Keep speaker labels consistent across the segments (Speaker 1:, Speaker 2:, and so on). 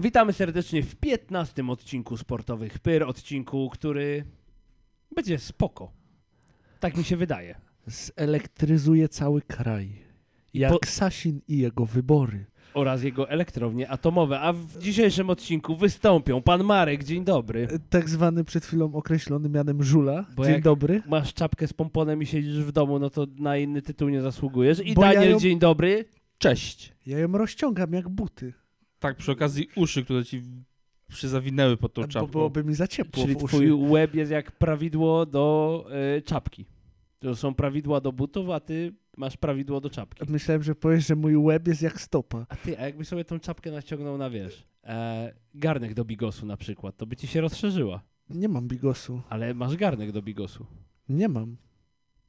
Speaker 1: Witamy serdecznie w 15 odcinku Sportowych Pyr, odcinku, który będzie spoko. Tak mi się wydaje.
Speaker 2: Zelektryzuje cały kraj. Jak
Speaker 1: Po-
Speaker 2: Sasin i jego wybory.
Speaker 1: Oraz jego elektrownie atomowe. A w dzisiejszym odcinku wystąpią pan Marek, dzień dobry.
Speaker 2: E, Tak zwany przed chwilą określony mianem Żula.
Speaker 1: Bo
Speaker 2: Dzień
Speaker 1: jak-
Speaker 2: dobry.
Speaker 1: Masz czapkę z pomponem i siedzisz w domu, no to na inny tytuł nie zasługujesz. I
Speaker 2: Bo ja
Speaker 1: Daniel,
Speaker 2: ją-
Speaker 1: dzień dobry.
Speaker 3: Cześć.
Speaker 2: Ja ją rozciągam jak buty.
Speaker 3: Tak, przy okazji uszy, które ci przyzawinęły pod
Speaker 1: Tak,
Speaker 3: tą
Speaker 2: Bo
Speaker 3: czapką.
Speaker 2: byłoby mi za ciepło
Speaker 1: Czyli
Speaker 2: w uszy.
Speaker 1: twój łeb jest jak prawidło do y, czapki. To są prawidła do butów, a ty masz prawidło do czapki.
Speaker 2: Myślałem, że powiesz, że mój łeb jest jak stopa.
Speaker 1: A ty, a jakby sobie tą czapkę naciągnął na wiesz, e, garnek do bigosu na przykład, to by ci się rozszerzyła.
Speaker 2: Nie mam bigosu.
Speaker 1: Ale masz garnek do bigosu.
Speaker 2: Nie mam.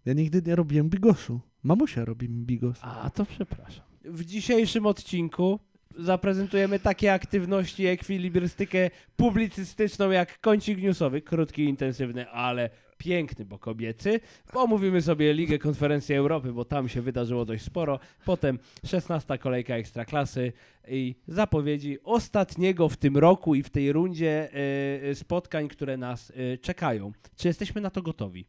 Speaker 2: Ja nigdy nie robiłem bigosu. Mamusia robi mi bigos.
Speaker 1: A to przepraszam. W dzisiejszym odcinku zaprezentujemy takie aktywności, ekwilibrystykę publicystyczną jak kącik newsowy, krótki, intensywny, ale piękny, bo kobiecy. Omówimy sobie Ligę Konferencji Europy, bo tam się wydarzyło dość sporo. Potem 16 kolejka Ekstraklasy i zapowiedzi ostatniego w tym roku i w tej rundzie y, y, spotkań, które nas y, czekają. Czy jesteśmy na to gotowi?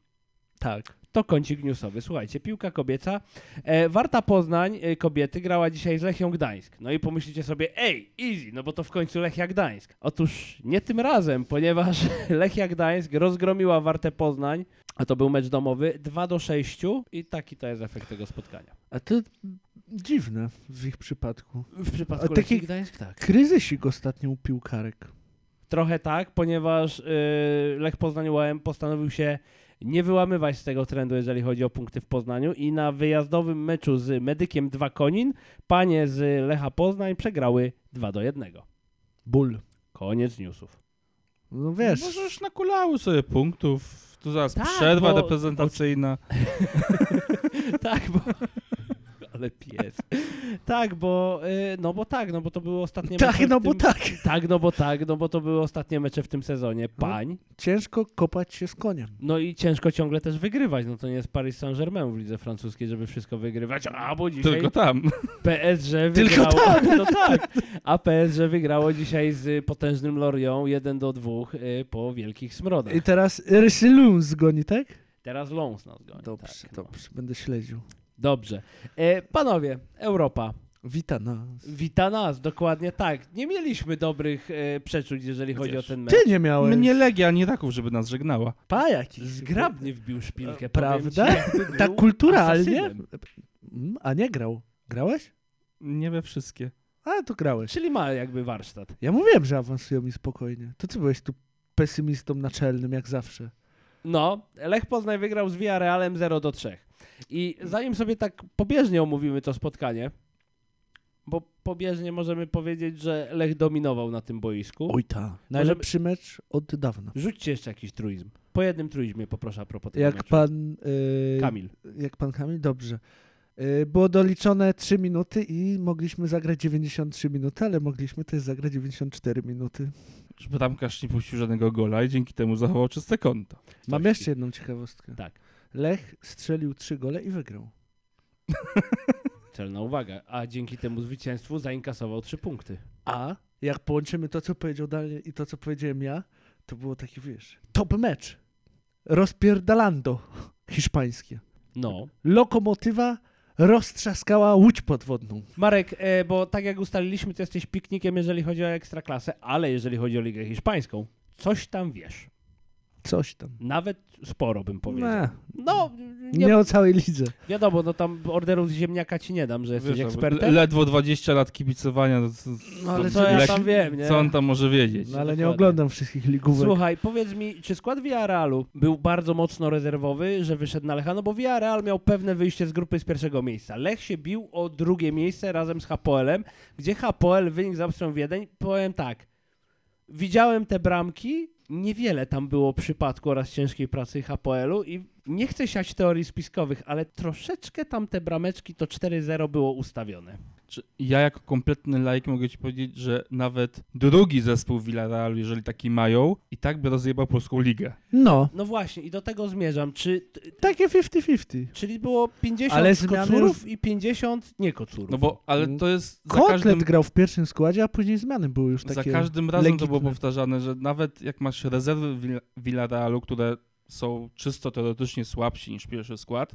Speaker 1: Tak. To kącik newsowy. Słuchajcie, piłka kobieca. E, Warta Poznań e, kobiety grała dzisiaj z Lechią Gdańsk. No i pomyślicie sobie, ej, easy, no bo to w końcu Lechia Gdańsk. Otóż nie tym razem, ponieważ Lechia Gdańsk rozgromiła Wartę Poznań, a to był mecz domowy, 2 do 6 i taki to jest efekt tego spotkania.
Speaker 2: A to dziwne w ich przypadku.
Speaker 1: W przypadku
Speaker 2: A
Speaker 1: Lechii
Speaker 2: taki-
Speaker 1: Gdańsk tak.
Speaker 2: Kryzysik ostatnio u piłkarek.
Speaker 1: Trochę tak, ponieważ y, Lech Poznań UAM postanowił się nie wyłamywać z tego trendu, jeżeli chodzi o punkty w Poznaniu i na wyjazdowym meczu z Medykiem 2 Konin panie z Lecha Poznań przegrały 2 do 1.
Speaker 2: Ból.
Speaker 1: Koniec newsów.
Speaker 2: No wiesz.
Speaker 3: Możesz nakulały sobie punktów. Tu zaraz
Speaker 1: Tak,
Speaker 3: przerwa
Speaker 1: bo-
Speaker 3: reprezentacyjna.
Speaker 1: tak, bo... Ale pies. Tak, bo... y, No bo tak, no bo to były ostatnie mecze
Speaker 2: Tak,
Speaker 1: w
Speaker 2: no bo
Speaker 1: tym...
Speaker 2: tak.
Speaker 1: Tak, no bo tak, no bo to były ostatnie mecze w tym sezonie.
Speaker 2: No.
Speaker 1: Pań.
Speaker 2: Ciężko kopać się z koniem.
Speaker 1: No i ciężko ciągle też wygrywać. No to nie jest Paris Saint-Germain w lidze francuskiej, żeby wszystko wygrywać. A, bo dzisiaj
Speaker 3: Tylko tam.
Speaker 1: PSG wygrało. tak.
Speaker 2: Tylko
Speaker 1: No tak. A PSG wygrało dzisiaj z y, potężnym Lorią 1 do 2 y, po wielkich smrodach.
Speaker 2: I teraz Rysilun zgoni, tak?
Speaker 1: Teraz Lons nas goni.
Speaker 2: Dobrze,
Speaker 1: tak, no.
Speaker 2: dobrze, będę śledził.
Speaker 1: Dobrze. E, panowie, Europa.
Speaker 2: Wita nas.
Speaker 1: Wita nas, dokładnie tak. Nie mieliśmy dobrych e, przeczuć, jeżeli chodzi
Speaker 3: Wiesz,
Speaker 1: o ten mecz.
Speaker 2: Ty nie miałeś.
Speaker 3: Mnie Legia nie taków, żeby nas żegnała.
Speaker 2: pa jakiś.
Speaker 1: Zgrabnie wbił szpilkę,
Speaker 2: E,
Speaker 1: powiem
Speaker 2: prawda?
Speaker 1: Ci, jakby był
Speaker 2: Tak kulturalnie.
Speaker 1: asasynem.
Speaker 2: Mm, A nie grał. Grałeś?
Speaker 3: Nie we wszystkie.
Speaker 2: A, to grałeś.
Speaker 1: Czyli ma jakby warsztat.
Speaker 2: Ja mówiłem, że awansują mi spokojnie. To ty byłeś tu pesymistą naczelnym, jak zawsze.
Speaker 1: No, Lech Poznań wygrał z Villarrealem 0 do 3. I zanim sobie tak pobieżnie omówimy to spotkanie, bo pobieżnie możemy powiedzieć, że Lech dominował na tym boisku.
Speaker 2: Oj ta. Najlepszy mecz od dawna.
Speaker 1: Rzućcie jeszcze jakiś truizm. Po jednym truizmie poproszę a propos tego
Speaker 2: Jak
Speaker 1: meczu.
Speaker 2: pan... y,
Speaker 1: Kamil.
Speaker 2: Jak pan Kamil? Dobrze. Y, Było doliczone 3 minuty i mogliśmy zagrać 93 minuty, ale mogliśmy też zagrać 94 minuty.
Speaker 3: Żeby tamkaż nie puścił żadnego gola i dzięki temu zachował czyste konto.
Speaker 2: Mam jeszcze jedną ciekawostkę.
Speaker 1: Tak.
Speaker 2: Lech strzelił trzy gole i wygrał.
Speaker 1: Celna uwaga. A dzięki temu zwycięstwu zainkasował 3 punkty.
Speaker 2: A jak połączymy to, co powiedział Daniel i to, co powiedziałem ja, to było taki, wiesz, top mecz. Rozpierdalando hiszpańskie.
Speaker 1: No.
Speaker 2: Lokomotywa roztrzaskała łódź podwodną.
Speaker 1: Marek, e, bo tak jak ustaliliśmy, ty jesteś piknikiem, jeżeli chodzi o ekstraklasę, ale jeżeli chodzi o Ligę Hiszpańską, coś tam wiesz.
Speaker 2: Coś tam.
Speaker 1: Nawet sporo bym powiedział.
Speaker 2: Ne,
Speaker 1: No,
Speaker 2: nie,
Speaker 1: nie,
Speaker 2: o całej lidze.
Speaker 1: wiadomo, no tam orderu z ziemniaka ci nie dam, że jesteś
Speaker 3: Wiesz, no,
Speaker 1: ekspertem.
Speaker 3: le- ledwo 20 lat kibicowania. No, to-
Speaker 2: No ale
Speaker 3: to-
Speaker 1: co ja
Speaker 3: Lech-
Speaker 1: tam wiem, nie?
Speaker 3: Co on tam może wiedzieć?
Speaker 2: No ale
Speaker 1: dokładnie.
Speaker 2: nie oglądam wszystkich ligówek.
Speaker 1: Słuchaj, powiedz mi, czy skład Villarrealu był bardzo mocno rezerwowy, że wyszedł na Lecha? No bo Villarreal miał pewne wyjście z grupy z pierwszego miejsca. Lech się bił o drugie miejsce razem z Hapoelem, gdzie Hapoel wynik z Austrią Wiedeń. Powiem tak, widziałem te bramki, niewiele tam było przypadku oraz ciężkiej pracy Hapoelu i nie chcę siać teorii spiskowych, ale troszeczkę tam te brameczki to 4-0 było ustawione.
Speaker 3: Czy ja jako kompletny laik mogę ci powiedzieć, że nawet drugi zespół Villarrealu, jeżeli taki mają, i tak by rozjebał polską ligę.
Speaker 2: No,
Speaker 1: No właśnie, i do tego zmierzam. Czy, t-
Speaker 2: takie 50-50.
Speaker 1: czyli było 50
Speaker 2: Ale zmiany
Speaker 1: kocurów i 50 nie kocurów.
Speaker 3: No bo, ale to jest za
Speaker 2: Kotlet
Speaker 3: każdym,
Speaker 2: grał w pierwszym składzie, a później zmiany były już takie.
Speaker 3: za każdym razem to było
Speaker 2: legitne.
Speaker 3: powtarzane, że nawet jak masz rezerwy Vil- Villarrealu, które są czysto teoretycznie słabsi niż pierwszy skład,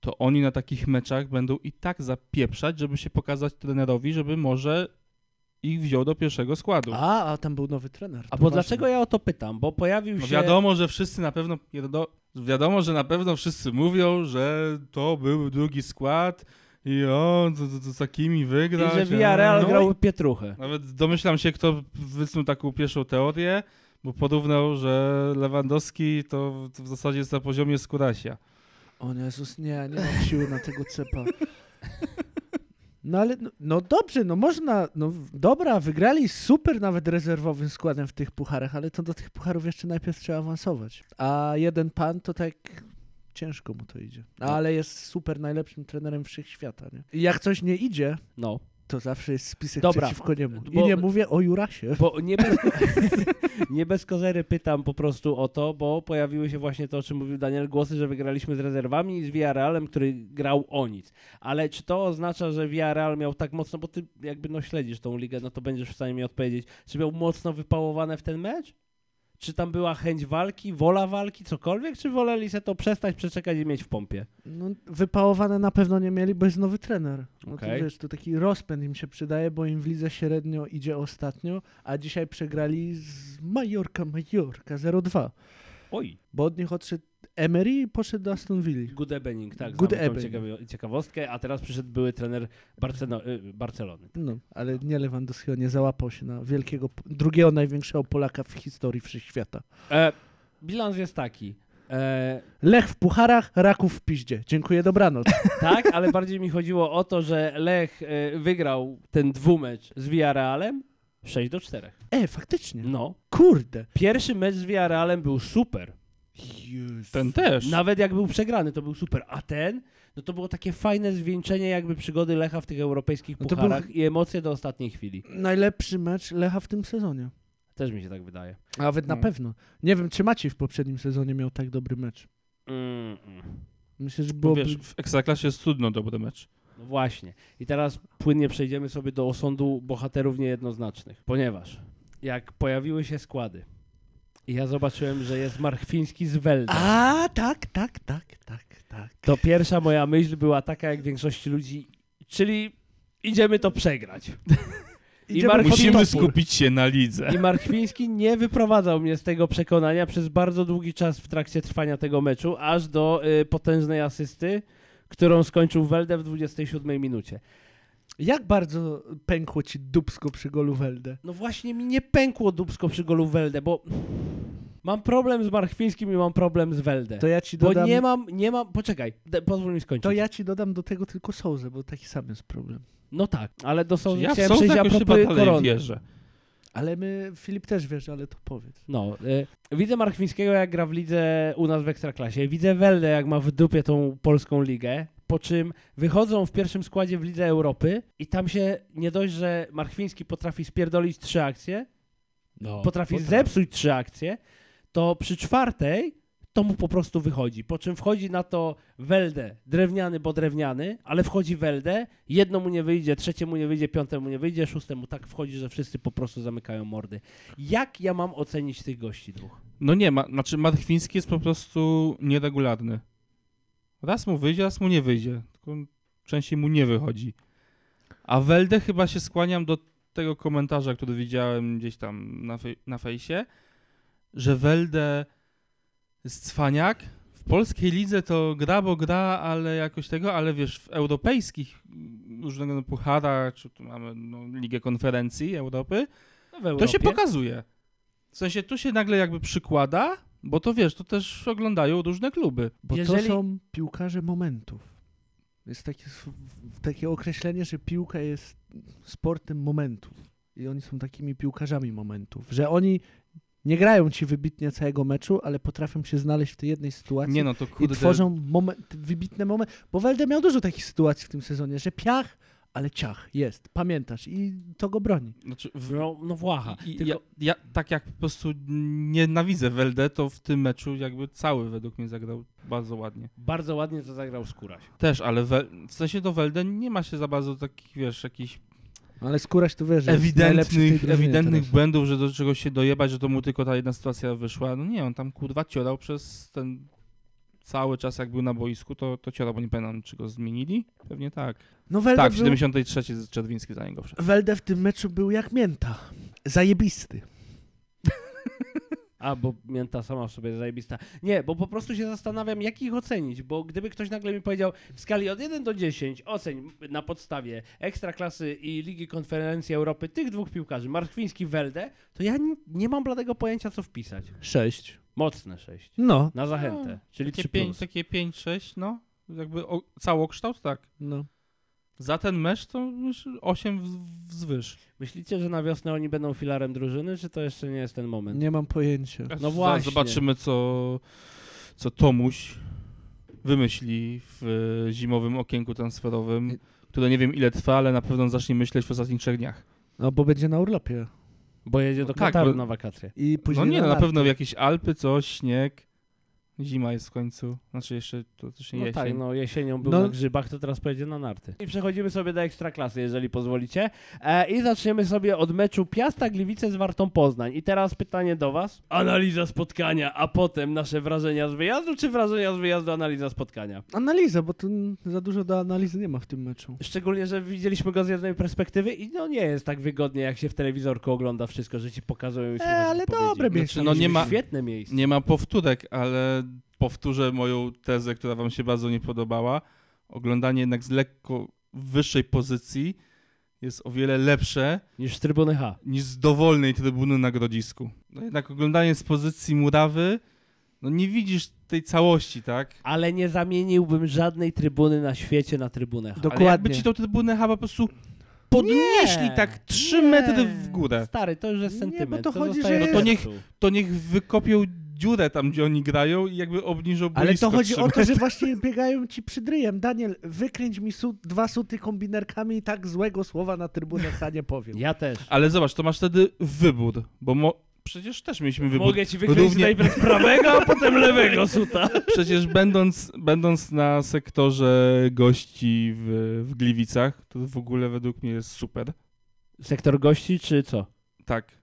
Speaker 3: to oni na takich meczach będą i tak zapieprzać, żeby się pokazać trenerowi, żeby może ich wziął do pierwszego składu. No
Speaker 2: A, a tam był nowy trener. No
Speaker 1: A
Speaker 2: to
Speaker 1: bo
Speaker 2: ważne.
Speaker 1: dlaczego ja o to pytam? Bo pojawił
Speaker 3: No
Speaker 1: się...
Speaker 3: wiadomo, że wszyscy na pewno. pierdo- Wiadomo, że na pewno wszyscy mówią, że to był drugi skład i on z, z, z takimi wygrał.
Speaker 1: I że Villarreal
Speaker 3: no
Speaker 1: grał
Speaker 3: i
Speaker 1: pietruchę.
Speaker 3: Nawet domyślam się, kto wysnuł taką pierwszą teorię, bo porównał, że Lewandowski to w- w zasadzie jest na poziomie Skurasia.
Speaker 2: O Jezus, nie, nie mam siły na tego cepa. No ale, no, no dobrze, no można, no w- dobra, wygrali z super nawet rezerwowym składem w tych pucharach, ale to do tych pucharów jeszcze najpierw trzeba awansować. A jeden pan to tak ciężko mu to idzie. No, Ale jest super najlepszym trenerem wszechświata, nie? I jak coś nie idzie,
Speaker 1: No.
Speaker 2: to zawsze jest spisek
Speaker 1: Dobra,
Speaker 2: przeciwko niemu. I
Speaker 1: bo-
Speaker 2: nie mówię o Jurasie.
Speaker 1: Bo nie bez, nie bez kozery pytam po prostu o to, bo pojawiły się właśnie to, o czym mówił Daniel, głosy, że wygraliśmy z rezerwami i z Villarrealem, który grał o nic. Ale czy to oznacza, że Villarreal miał tak mocno, bo ty jakby no śledzisz tą ligę, no to będziesz w stanie mi odpowiedzieć, czy miał mocno wypałowane w ten mecz? Czy tam była chęć walki, wola walki, cokolwiek, czy woleli se to przestać, przeczekać i mieć w pompie?
Speaker 2: No, wypałowane na pewno nie mieli, bo jest nowy trener. No to
Speaker 1: Okej.
Speaker 2: wiesz, to taki rozpęd im się przydaje, bo im w lidze średnio idzie ostatnio, a dzisiaj przegrali z Majorka Majorka 0-2,
Speaker 1: Oj.
Speaker 2: bo od nich odszedł Emery i poszedł do Aston Villa.
Speaker 1: Good evening, tak,
Speaker 2: Good
Speaker 1: Good znamy tą
Speaker 2: evening.
Speaker 1: ciekawi- ciekawostkę, a teraz przyszedł były trener Barceno- y, Barcelony.
Speaker 2: No, ale nie Lewandowskiego nie załapał się na wielkiego, drugiego największego Polaka w historii wszechświata.
Speaker 1: E, bilans jest taki. E,
Speaker 2: Lech w pucharach, Raków w piździe. Dziękuję, dobranoc.
Speaker 1: tak, ale bardziej mi chodziło o to, że Lech e, wygrał ten dwumecz z Villarrealem 6 do 4.
Speaker 2: E, faktycznie.
Speaker 1: No.
Speaker 2: Kurde.
Speaker 1: Pierwszy mecz z Villarrealem był super.
Speaker 3: Ten też.
Speaker 1: Nawet jak był przegrany, to był super. A ten, no to było takie fajne zwieńczenie jakby przygody Lecha w tych europejskich
Speaker 2: No to był-
Speaker 1: pucharach i emocje do ostatniej chwili.
Speaker 2: Najlepszy mecz Lecha w tym sezonie.
Speaker 1: Też mi się tak wydaje.
Speaker 2: Nawet na
Speaker 3: No.
Speaker 2: pewno. Nie wiem, czy Maciej w poprzednim sezonie miał tak dobry mecz.
Speaker 1: Mm, mm.
Speaker 2: Myślę, że
Speaker 3: Bo
Speaker 2: byłoby...
Speaker 3: wiesz, w Ekstraklasie jest trudno dobry mecz.
Speaker 1: No właśnie. I teraz płynnie przejdziemy sobie do osądu bohaterów niejednoznacznych. Ponieważ jak pojawiły się składy i ja zobaczyłem, że jest Marchwiński z Welda,
Speaker 2: A, tak, tak, tak, tak, tak.
Speaker 1: to pierwsza moja myśl była taka jak większości ludzi, czyli idziemy to przegrać.
Speaker 2: Idziemy
Speaker 1: Marcin-
Speaker 2: pod
Speaker 3: Musimy
Speaker 2: topór.
Speaker 3: skupić się na lidze.
Speaker 1: I Marchwiński nie wyprowadzał mnie z tego przekonania przez bardzo długi czas w trakcie trwania tego meczu, aż do y, potężnej asysty, którą skończył Weldę w 27 minucie.
Speaker 2: Jak bardzo pękło ci dubsko przy golu Welde?
Speaker 1: No właśnie mi nie pękło dubsko przy golu Welde, bo mam problem z Marchwińskim i mam problem z Welde.
Speaker 2: To ja ci
Speaker 1: bo
Speaker 2: dodam...
Speaker 1: nie mam, nie mam, poczekaj, de, pozwól mi skończyć.
Speaker 2: To ja ci dodam do tego tylko Souzę, bo taki sam jest problem.
Speaker 1: No tak, ale do są
Speaker 3: Czy ja w
Speaker 1: chciałem przejść
Speaker 3: Sądze
Speaker 1: a
Speaker 3: jakoś chyba
Speaker 1: propos
Speaker 3: dalej
Speaker 1: korony.
Speaker 3: wierzę.
Speaker 2: Ale my, Filip też wiesz, ale to powiedz.
Speaker 1: No, y, widzę Marchwińskiego jak gra w lidze u nas w Ekstraklasie, widzę Weldę jak ma w dupie tą polską ligę, po czym wychodzą w pierwszym składzie w Lidze Europy i tam się nie dość, że Marchwiński potrafi spierdolić trzy akcje,
Speaker 2: No,
Speaker 1: potrafi zepsuć trzy akcje, to przy czwartej to mu po prostu wychodzi. Po czym wchodzi na to Welde, drewniany, bo drewniany, ale wchodzi Welde, jedno mu nie wyjdzie, trzecie mu nie wyjdzie, piąte mu nie wyjdzie, szóste mu tak wchodzi, że wszyscy po prostu zamykają mordy. Jak ja mam ocenić tych gości dwóch?
Speaker 3: No nie, ma, znaczy Marchwiński jest po prostu nieregularny. Raz mu wyjdzie, raz mu nie wyjdzie. Tylko częściej mu nie wychodzi. A Welde chyba się skłaniam do tego komentarza, który widziałem gdzieś tam na, fej- na fejsie, że Welde jest cwaniak. W polskiej lidze to gra, bo gra, ale jakoś tego, ale wiesz, w europejskich mm, różnego no, pucharach, czy tu mamy no, Ligę Konferencji Europy, to się pokazuje. W sensie tu się nagle jakby przykłada, bo to wiesz, to też oglądają różne kluby.
Speaker 2: Bo
Speaker 1: Jeżeli-
Speaker 2: to są piłkarze momentów. Jest takie, s- w- takie określenie, że piłka jest sportem momentów. I oni są takimi piłkarzami momentów. Że oni nie grają ci wybitnie całego meczu, ale potrafią się znaleźć w tej jednej sytuacji.
Speaker 3: Nie no, to
Speaker 2: I
Speaker 3: kurde.
Speaker 2: tworzą moment, wybitne momenty. Bo Welde miał dużo takich sytuacji w tym sezonie, że piach, ale ciach, jest, pamiętasz i to go broni.
Speaker 3: Znaczy, w,
Speaker 1: No, no Włacha.
Speaker 3: i-
Speaker 1: Tylko,
Speaker 3: ja, ja tak jak po prostu nienawidzę Weldę, to w tym meczu jakby cały według mnie zagrał bardzo ładnie.
Speaker 1: Bardzo ładnie to zagrał Skóraś.
Speaker 3: Też, ale we, w sensie do Welde nie ma się za bardzo takich, wiesz, jakichś
Speaker 2: Ale skóraś to wiesz, że jest najlepszy w tej
Speaker 3: ewidentnych,
Speaker 2: drużynie
Speaker 3: ewidentnych
Speaker 2: teraz.
Speaker 3: błędów, że do czegoś się dojebać, że to mu tylko ta jedna sytuacja wyszła. No nie, on tam kurwa ciorał przez ten cały czas, jak był na boisku, to, to ciorał, bo nie pamiętam, czy go zmienili? Pewnie tak.
Speaker 2: No Welda,
Speaker 3: tak, w
Speaker 2: był,
Speaker 3: 73 z- Czerwiński za niego wszedł.
Speaker 2: Welda w tym meczu był jak mięta. Zajebisty.
Speaker 1: A, bo mięta sama w sobie jest zajebista. Nie, bo po prostu się zastanawiam, jak ich ocenić, bo gdyby ktoś nagle mi powiedział w skali od 1 do 10 oceń na podstawie Ekstraklasy i Ligi Konferencji Europy tych dwóch piłkarzy, Markwiński, Weldę, to ja ni- nie mam bladego pojęcia, co wpisać.
Speaker 2: Sześć.
Speaker 1: Mocne 6.
Speaker 2: No.
Speaker 1: Na zachętę,
Speaker 3: No,
Speaker 1: czyli 3
Speaker 3: Takie pięć-
Speaker 1: plus.
Speaker 3: Takie 5-6, no. Jakby o, całokształt, tak.
Speaker 2: no.
Speaker 3: Za ten mecz to już 8 w- wzwyż.
Speaker 1: Myślicie, że na wiosnę oni będą filarem drużyny, czy to jeszcze nie jest ten moment?
Speaker 2: Nie mam pojęcia.
Speaker 1: No
Speaker 3: Zaraz
Speaker 1: właśnie.
Speaker 3: Zobaczymy, co, co Tomuś wymyśli w e, zimowym okienku transferowym, które nie wiem ile trwa, ale na pewno zacznie myśleć w ostatnich trzech dniach.
Speaker 2: No bo będzie na urlopie.
Speaker 1: Bo jedzie do
Speaker 3: No tak,
Speaker 1: Kataru
Speaker 3: bo-
Speaker 1: na wakacje.
Speaker 2: I później
Speaker 3: no nie, na
Speaker 2: lata.
Speaker 3: pewno jakieś Alpy, coś, śnieg. Zima jest w końcu. Znaczy jeszcze to też nie
Speaker 1: No
Speaker 3: jesień.
Speaker 1: tak, no jesienią był
Speaker 2: No.
Speaker 1: na grzybach, to teraz pojedzie na narty. I przechodzimy sobie do Ekstraklasy, jeżeli pozwolicie. E, I zaczniemy sobie od meczu Piasta Gliwice z Wartą Poznań. I teraz pytanie do was. Analiza spotkania, a potem nasze wrażenia z wyjazdu, czy wrażenia z wyjazdu, analiza spotkania?
Speaker 2: Analiza, bo tu n- za dużo do analizy nie ma w tym meczu.
Speaker 1: Szczególnie, że widzieliśmy go z jednej perspektywy i no nie jest tak wygodnie, jak się w telewizorku ogląda wszystko, że ci pokazują i słuchasz
Speaker 2: E, ale
Speaker 1: wypowiedzi.
Speaker 2: dobre
Speaker 1: To
Speaker 2: miejsce.
Speaker 3: Znaczy, no nie
Speaker 1: jest
Speaker 3: ma-
Speaker 1: Świetne miejsce.
Speaker 3: Nie ma powtórek, ale powtórzę moją tezę, która wam się bardzo nie podobała. Oglądanie jednak z lekko wyższej pozycji jest o wiele lepsze
Speaker 1: Niż z trybuny H.
Speaker 3: niż z dowolnej trybuny na grodzisku. No jednak oglądanie z pozycji murawy, no nie widzisz tej całości, tak?
Speaker 1: Ale nie zamieniłbym żadnej trybuny na świecie na trybunę H.
Speaker 3: Ale jakby
Speaker 2: Dokładnie.
Speaker 3: ci tą trybunę chyba po prostu podnieśli tak 3
Speaker 1: nie.
Speaker 3: metry w górę.
Speaker 1: Stary, to już jest
Speaker 2: Nie,
Speaker 1: sentyment.
Speaker 2: bo to chodzi,
Speaker 1: zostaje do
Speaker 2: że
Speaker 3: jest-
Speaker 1: tekstu.
Speaker 3: To niech wykopią dziurę tam, gdzie oni grają i jakby obniżą boisko
Speaker 2: Ale to chodzi
Speaker 3: trzy
Speaker 2: o to, że właśnie biegają ci przy dryjem. Daniel, wykręć mi su- dwa suty kombinerkami i tak złego słowa na trybunach H nie powiem.
Speaker 1: Ja też.
Speaker 3: Ale zobacz, to masz wtedy wybór, bo mo... przecież też mieliśmy wybór.
Speaker 1: Mogę ci wykryć
Speaker 3: Równie-
Speaker 1: najpierw prawego, a potem lewego suta.
Speaker 3: Przecież będąc, będąc na sektorze gości w, w Gliwicach, to w ogóle według mnie jest super.
Speaker 1: Sektor gości czy co?
Speaker 3: Tak.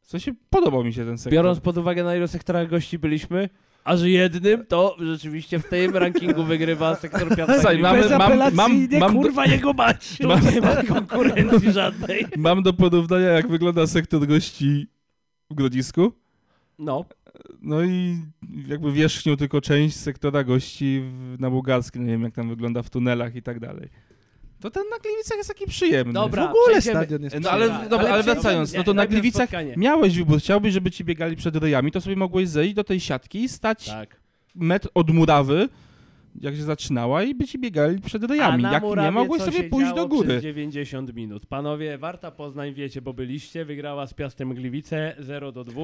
Speaker 3: W sensie podobał mi się ten sektor. Tak,
Speaker 1: Biorąc pod uwagę na ilu sektorach gości byliśmy, a że jednym, to rzeczywiście w tym rankingu wygrywa sektor piątego.
Speaker 3: Słuchaj, mamy- mam-
Speaker 2: Bezapelacyjnie,
Speaker 3: mam- mam-
Speaker 2: kurwa jego mać.
Speaker 1: Tu nie ma konkurencji żadnej.
Speaker 3: Mam do porównania, jak wygląda sektor gości w Grodzisku.
Speaker 1: No,
Speaker 3: No i jakby wierzchnią tylko część sektora gości w, na Bułgarskiej. Nie wiem, jak tam wygląda w tunelach i tak dalej. To ten na Gliwicach jest taki przyjemny.
Speaker 1: dobra,
Speaker 2: W ogóle
Speaker 1: przejdziemy.
Speaker 2: stadion jest
Speaker 3: No ale,
Speaker 1: Dobra,
Speaker 3: dobra,
Speaker 1: ale
Speaker 3: ale
Speaker 1: przejdziemy-
Speaker 3: wracając, no to
Speaker 1: nie,
Speaker 3: na
Speaker 1: najpierw
Speaker 3: Gliwicach
Speaker 1: spotkanie.
Speaker 3: miałeś wybór, chciałbyś, żeby ci biegali przed ryjami, to sobie mogłeś zejść do tej siatki i stać
Speaker 1: Tak.
Speaker 3: metr od murawy, jak się zaczynała, i by ci biegali przed ryjami.
Speaker 1: na
Speaker 3: Jak nie,
Speaker 1: Murawie
Speaker 3: mogłeś
Speaker 1: co
Speaker 3: sobie
Speaker 1: się
Speaker 3: pójść
Speaker 1: działo
Speaker 3: do
Speaker 1: Przez
Speaker 3: góry.
Speaker 1: 90 minut. Panowie, Warta Poznań wiecie, bo byliście, wygrała z Piastem Gliwice 0 do 2.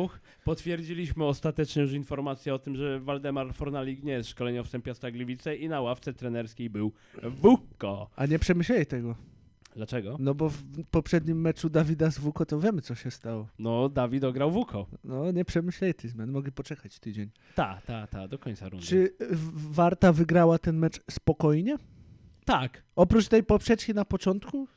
Speaker 1: Potwierdziliśmy ostatecznie już informację o tym, że Waldemar Fornalik nie jest szkoleniowcem Piasta Gliwice i na ławce trenerskiej był Wukko.
Speaker 2: A nie przemyśleli tego.
Speaker 1: Dlaczego?
Speaker 2: No bo w poprzednim meczu Dawida z Wuko to wiemy, co się stało.
Speaker 1: No, Dawid ograł Wukko.
Speaker 2: No nie przemyśleli tej zmian, mogli poczekać tydzień.
Speaker 1: Ta, ta, ta, do końca rundy.
Speaker 2: Czy w- Warta wygrała ten mecz spokojnie?
Speaker 1: Tak.
Speaker 2: Oprócz tej poprzeczki na początku?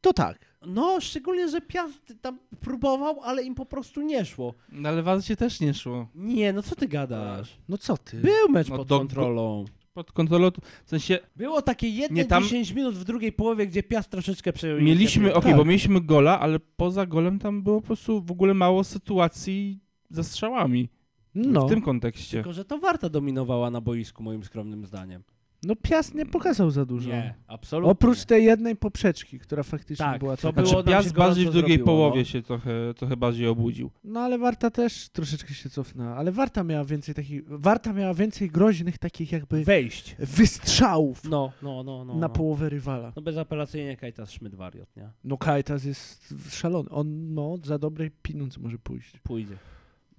Speaker 2: To tak.
Speaker 1: No, szczególnie, że Piast tam próbował, ale im po prostu nie szło.
Speaker 3: No ale was się też nie szło.
Speaker 1: Nie, no co ty gadasz?
Speaker 2: No co ty?
Speaker 1: Był mecz
Speaker 3: No
Speaker 1: pod
Speaker 3: do-
Speaker 1: kontrolą.
Speaker 3: Pod kontrolą, w sensie
Speaker 1: Było takie jedne
Speaker 3: Nie, tam-
Speaker 1: 10 minut w drugiej połowie, gdzie Piast troszeczkę przejął.
Speaker 3: mieliśmy, okej,
Speaker 1: inicjatywę.
Speaker 2: Tak.
Speaker 3: bo mieliśmy gola, ale poza golem tam było po prostu w ogóle mało sytuacji ze strzałami.
Speaker 2: No,
Speaker 3: W tym kontekście.
Speaker 1: Tylko, że to Warta dominowała na boisku, moim skromnym zdaniem.
Speaker 2: no Piast nie pokazał za dużo.
Speaker 1: Nie, absolutnie.
Speaker 2: Oprócz tej jednej poprzeczki, która faktycznie
Speaker 1: Tak,
Speaker 2: była
Speaker 1: co
Speaker 2: taka...
Speaker 1: było-
Speaker 3: Znaczy,
Speaker 1: nam się
Speaker 3: Piast
Speaker 1: gorąco
Speaker 3: bardziej w drugiej
Speaker 1: zrobiło,
Speaker 3: połowie
Speaker 1: no.
Speaker 3: się trochę, trochę bardziej obudził.
Speaker 2: No ale Warta też troszeczkę się cofnęła, ale Warta miała więcej takich... Warta miała więcej groźnych takich jakby
Speaker 1: wejść.
Speaker 2: wystrzałów
Speaker 1: No, no, no, no.
Speaker 2: na
Speaker 1: no.
Speaker 2: połowę rywala.
Speaker 1: No bezapelacyjnie Kajtas Szmyt wariot, nie?
Speaker 2: No Kajtas jest szalony. On no, za dobry pieniądz może pójść.
Speaker 1: Pójdzie.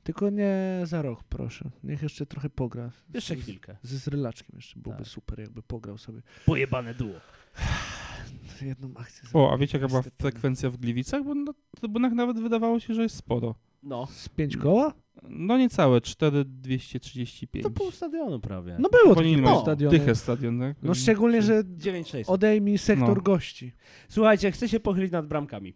Speaker 2: Tylko nie za rok, proszę. Niech jeszcze trochę pogra.
Speaker 1: Jeszcze chwilkę.
Speaker 2: Ze zrylaczkiem jeszcze byłby
Speaker 1: Tak.
Speaker 2: super, jakby pograł sobie.
Speaker 1: Pojebane duo.
Speaker 2: jedną akcję.
Speaker 3: O, a wiecie jaka była
Speaker 2: Niestety. no.
Speaker 3: frekwencja w Gliwicach? Bo na, to, bo na- nawet wydawało się, że jest sporo.
Speaker 1: No.
Speaker 2: Z pięć koła?
Speaker 3: No niecałe, 4235.
Speaker 1: To pół stadionu prawie.
Speaker 2: No było
Speaker 3: Powinien
Speaker 2: takie
Speaker 3: mieć
Speaker 2: pół stadionu.
Speaker 3: Dychę stadion, tak?
Speaker 2: No szczególnie, że
Speaker 1: 9600.
Speaker 2: odejmij sektor
Speaker 3: No.
Speaker 2: gości.
Speaker 1: Słuchajcie, chcę się pochylić nad bramkami.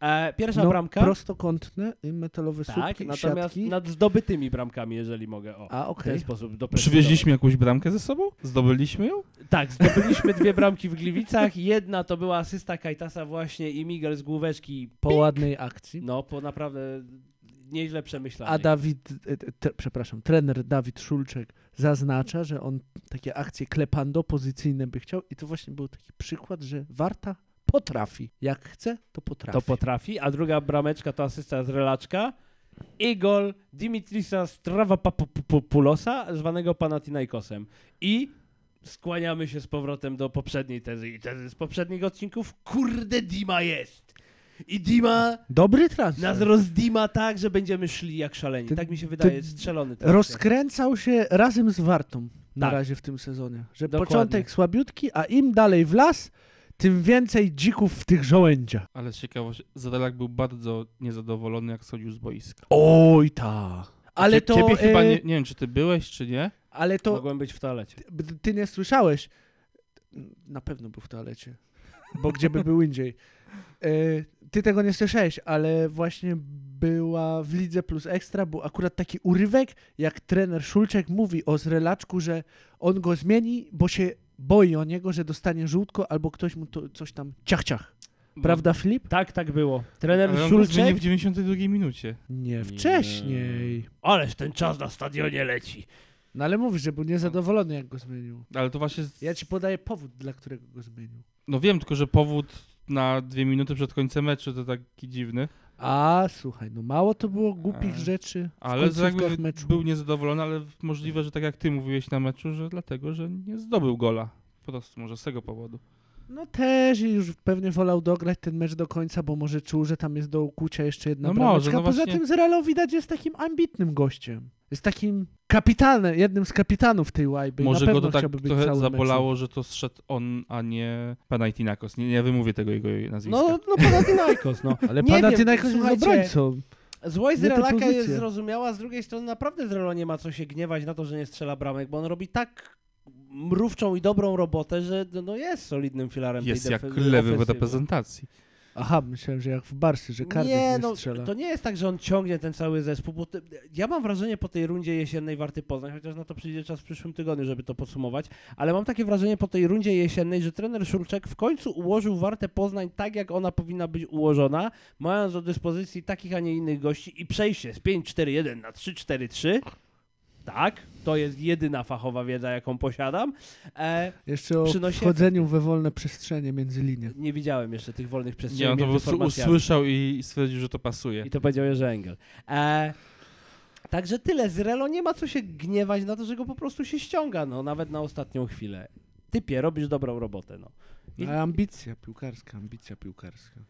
Speaker 1: E, pierwsza
Speaker 2: No,
Speaker 1: bramka.
Speaker 2: Prostokątne i metalowe
Speaker 1: tak,
Speaker 2: słupki i
Speaker 1: natomiast
Speaker 2: siatki.
Speaker 1: nad zdobytymi bramkami, jeżeli mogę. O.
Speaker 2: A,
Speaker 1: W
Speaker 2: okej.
Speaker 1: ten sposób doprecyzować.
Speaker 3: Mm. Przywieźliśmy jakąś bramkę ze sobą? Zdobyliśmy ją?
Speaker 1: Tak, zdobyliśmy dwie bramki w Gliwicach. Jedna to była asysta Kajtasa właśnie i Miguel z główeczki.
Speaker 2: Po ładnej akcji.
Speaker 1: No, po naprawdę nieźle przemyślanej.
Speaker 2: A Dawid, e, te, przepraszam, trener Dawid Szulczek zaznacza, że on takie akcje klepando pozycyjne by chciał i to właśnie był taki przykład, że Warta potrafi. Jak chce, to potrafi.
Speaker 1: To potrafi. A druga brameczka to asysta z Relaczka. I gol Dimitrisa Stravapapulosa, zwanego Panathinaikosem. I skłaniamy się z powrotem do poprzedniej tezy i tezy z poprzednich odcinków. Kurde, Dima jest! I Dima
Speaker 2: Dobry transfer.
Speaker 1: nas rozdima tak, że będziemy szli jak szaleni.
Speaker 2: Ty-
Speaker 1: tak mi się
Speaker 2: ty-
Speaker 1: wydaje, strzelony. teraz.
Speaker 2: Rozkręcał się razem z Wartą na
Speaker 1: Tak.
Speaker 2: razie w tym sezonie. Że
Speaker 1: Dokładnie.
Speaker 2: początek słabiutki, a im dalej w las, tym więcej dzików w tych żołędziach.
Speaker 3: Ale ciekawość, Zadelak był bardzo niezadowolony, jak schodził z boiska.
Speaker 2: Oj ta. Ale
Speaker 3: Cie-
Speaker 2: to,
Speaker 3: tak. Ciebie
Speaker 2: e,
Speaker 3: chyba, nie, No. nie wiem, czy ty byłeś, czy nie?
Speaker 2: ale to
Speaker 1: Mogłem być w toalecie.
Speaker 2: ty, ty nie słyszałeś. Na pewno był w toalecie, bo gdzie by był indziej. E, Ty tego nie słyszałeś, ale właśnie była w Lidze Plus Ekstra, był akurat taki urywek, jak trener Szulczek mówi o zrelaczku, że on go zmieni, bo się boi o niego, że dostanie żółtko albo ktoś mu to, coś tam ciach ciach. Prawda, Filip?
Speaker 1: Tak, tak było. Trener
Speaker 3: No, Ale on go zmienił
Speaker 1: Szulczek...
Speaker 3: w 92 minucie.
Speaker 2: Nie, wcześniej.
Speaker 1: Ależ ten czas na stadionie leci.
Speaker 2: No ale mówi, że był niezadowolony, jak go zmienił.
Speaker 3: Ale to właśnie... z-
Speaker 2: Ja ci podaję powód, dla którego go zmienił.
Speaker 3: No wiem, tylko że powód na dwie minuty przed końcem meczu to taki dziwny.
Speaker 2: A, słuchaj, no mało to było głupich
Speaker 3: A.
Speaker 2: rzeczy w
Speaker 3: Ale to
Speaker 2: końcówkach
Speaker 3: jakby
Speaker 2: meczu.
Speaker 3: był niezadowolony, ale możliwe, że tak jak ty mówiłeś na meczu, że dlatego, że nie zdobył gola. Po prostu może z tego powodu.
Speaker 2: No też i już pewnie wolał dograć ten mecz do końca, bo może czuł, że tam jest do ukucia jeszcze jedna
Speaker 3: No może,
Speaker 2: brameczka.
Speaker 3: no
Speaker 2: Poza
Speaker 3: właśnie.
Speaker 2: tym Zrelo widać jest takim ambitnym gościem. Jest takim kapitanem, jednym z kapitanów tej łajby. i
Speaker 3: może
Speaker 2: na
Speaker 3: go
Speaker 2: pewno
Speaker 3: to tak
Speaker 2: chciałby być
Speaker 3: trochę
Speaker 2: cały
Speaker 3: zabolało, że to zszedł on, a nie Panathinaikos. Nie, nie wymówię tego jego
Speaker 2: meczu.
Speaker 3: nazwiska.
Speaker 2: No, no Panathinaikos, no. Ale Panathinaikos jest
Speaker 1: słuchajcie,
Speaker 2: obrońcą.
Speaker 1: Złość z
Speaker 2: Nie te
Speaker 1: Relaka jest
Speaker 2: pozycje.
Speaker 1: zrozumiała, z drugiej strony naprawdę Zrelo nie ma co się gniewać na to, że nie strzela bramek, bo on robi tak mrówczą i dobrą robotę, że no- no jest solidnym filarem
Speaker 3: Jest
Speaker 1: tej
Speaker 3: jak
Speaker 1: def-
Speaker 3: lewy w
Speaker 1: ofensywy.
Speaker 3: reprezentacji.
Speaker 2: Aha, myślałem, że jak w Barsy, że Kardyk nie,
Speaker 1: nie, no,
Speaker 2: strzela.
Speaker 1: to nie jest tak, że on ciągnie ten cały zespół, bo te, ja mam wrażenie po tej rundzie jesiennej Warty Poznań, chociaż na to przyjdzie czas w przyszłym tygodniu, żeby to podsumować, ale mam takie wrażenie po tej rundzie jesiennej, że trener Szulczek w końcu ułożył Wartę Poznań tak, jak ona powinna być ułożona, mając do dyspozycji takich, a nie innych gości i przejście z 5-4-1 na 3-4-3, tak, to jest jedyna fachowa wiedza, jaką posiadam. E,
Speaker 2: Jeszcze o
Speaker 1: Przynosi
Speaker 2: wchodzeniu we wolne przestrzenie między linie.
Speaker 1: nie widziałem jeszcze tych wolnych przestrzeni
Speaker 3: Nie, on to po
Speaker 1: między
Speaker 3: prostu
Speaker 1: formacjami.
Speaker 3: usłyszał i i stwierdził, że to pasuje.
Speaker 2: tak
Speaker 1: I to powiedział Jerzy Engel. E, także tyle. Z Relo nie ma co się gniewać na to, że go po prostu się ściąga, no, nawet na ostatnią chwilę. Typie, robisz dobrą robotę, no. I-
Speaker 2: Ale ambicja piłkarska, ambicja piłkarska.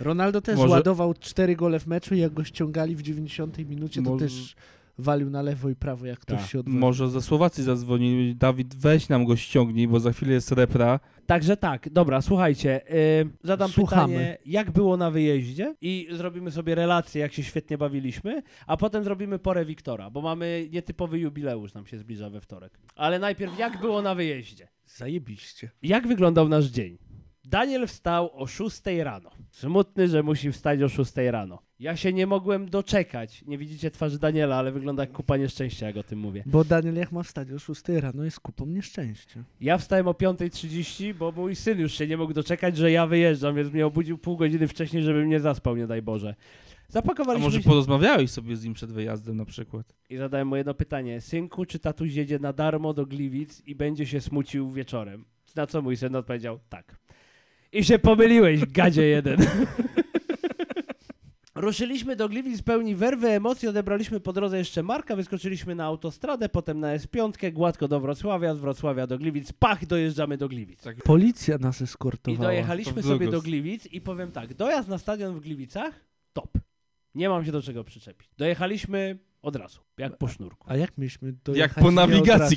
Speaker 2: Ronaldo też
Speaker 3: Może-
Speaker 2: ładował cztery gole w meczu i jak go ściągali w 90 minucie, to
Speaker 3: Może-
Speaker 2: też walił na lewo i prawo, jak ktoś
Speaker 1: Tak.
Speaker 2: się odważył.
Speaker 3: Może ze Słowacji zadzwonili, Dawid weź nam go ściągnij, bo za chwilę jest repra.
Speaker 1: Także tak, dobra, słuchajcie. y, zadam
Speaker 2: Słuchamy.
Speaker 1: pytanie, jak było na wyjeździe i zrobimy sobie relację, jak się świetnie bawiliśmy, a potem zrobimy porę Wiktora, bo mamy nietypowy jubileusz, nam się zbliża we wtorek. Ale najpierw, jak było na wyjeździe?
Speaker 2: Zajebiście.
Speaker 1: Jak wyglądał nasz dzień? Daniel wstał o 6 rano. Smutny, że musi wstać o 6 rano. Ja się nie mogłem doczekać. Nie widzicie twarzy Daniela, ale wygląda jak kupa nieszczęścia, jak o tym mówię.
Speaker 2: Bo Daniel jak ma wstać o 6 rano jest kupą nieszczęścia.
Speaker 1: Ja wstałem o 5.30, bo mój syn już się nie mógł doczekać, że ja wyjeżdżam, więc mnie obudził pół godziny wcześniej, żebym nie zaspał, nie daj Boże.
Speaker 3: A
Speaker 1: Zapakowaliśmy
Speaker 3: może
Speaker 1: się
Speaker 3: porozmawiałeś sobie z nim przed wyjazdem na przykład?
Speaker 1: i zadałem mu jedno pytanie. Synku, czy tatuś jedzie na darmo do Gliwic i będzie się smucił wieczorem? Na co mój syn odpowiedział tak. I się pomyliłeś, gadzie jeden. Ruszyliśmy do Gliwic pełni werwy, emocji, odebraliśmy po drodze jeszcze Marka, wyskoczyliśmy na autostradę, potem na S5, gładko do Wrocławia, z Wrocławia do Gliwic, pach, dojeżdżamy do Gliwic.
Speaker 3: Tak.
Speaker 2: Policja nas
Speaker 1: I
Speaker 2: eskortowała.
Speaker 1: dojechaliśmy
Speaker 3: To w
Speaker 1: sobie do
Speaker 3: Drogos.
Speaker 1: Gliwic i powiem tak, dojazd na stadion w Gliwicach, top. Nie mam się do czego przyczepić. Dojechaliśmy Od razu, jak po sznurku.
Speaker 2: A jak myśmy dojechać
Speaker 3: Jak po
Speaker 2: nie od
Speaker 3: nawigacji,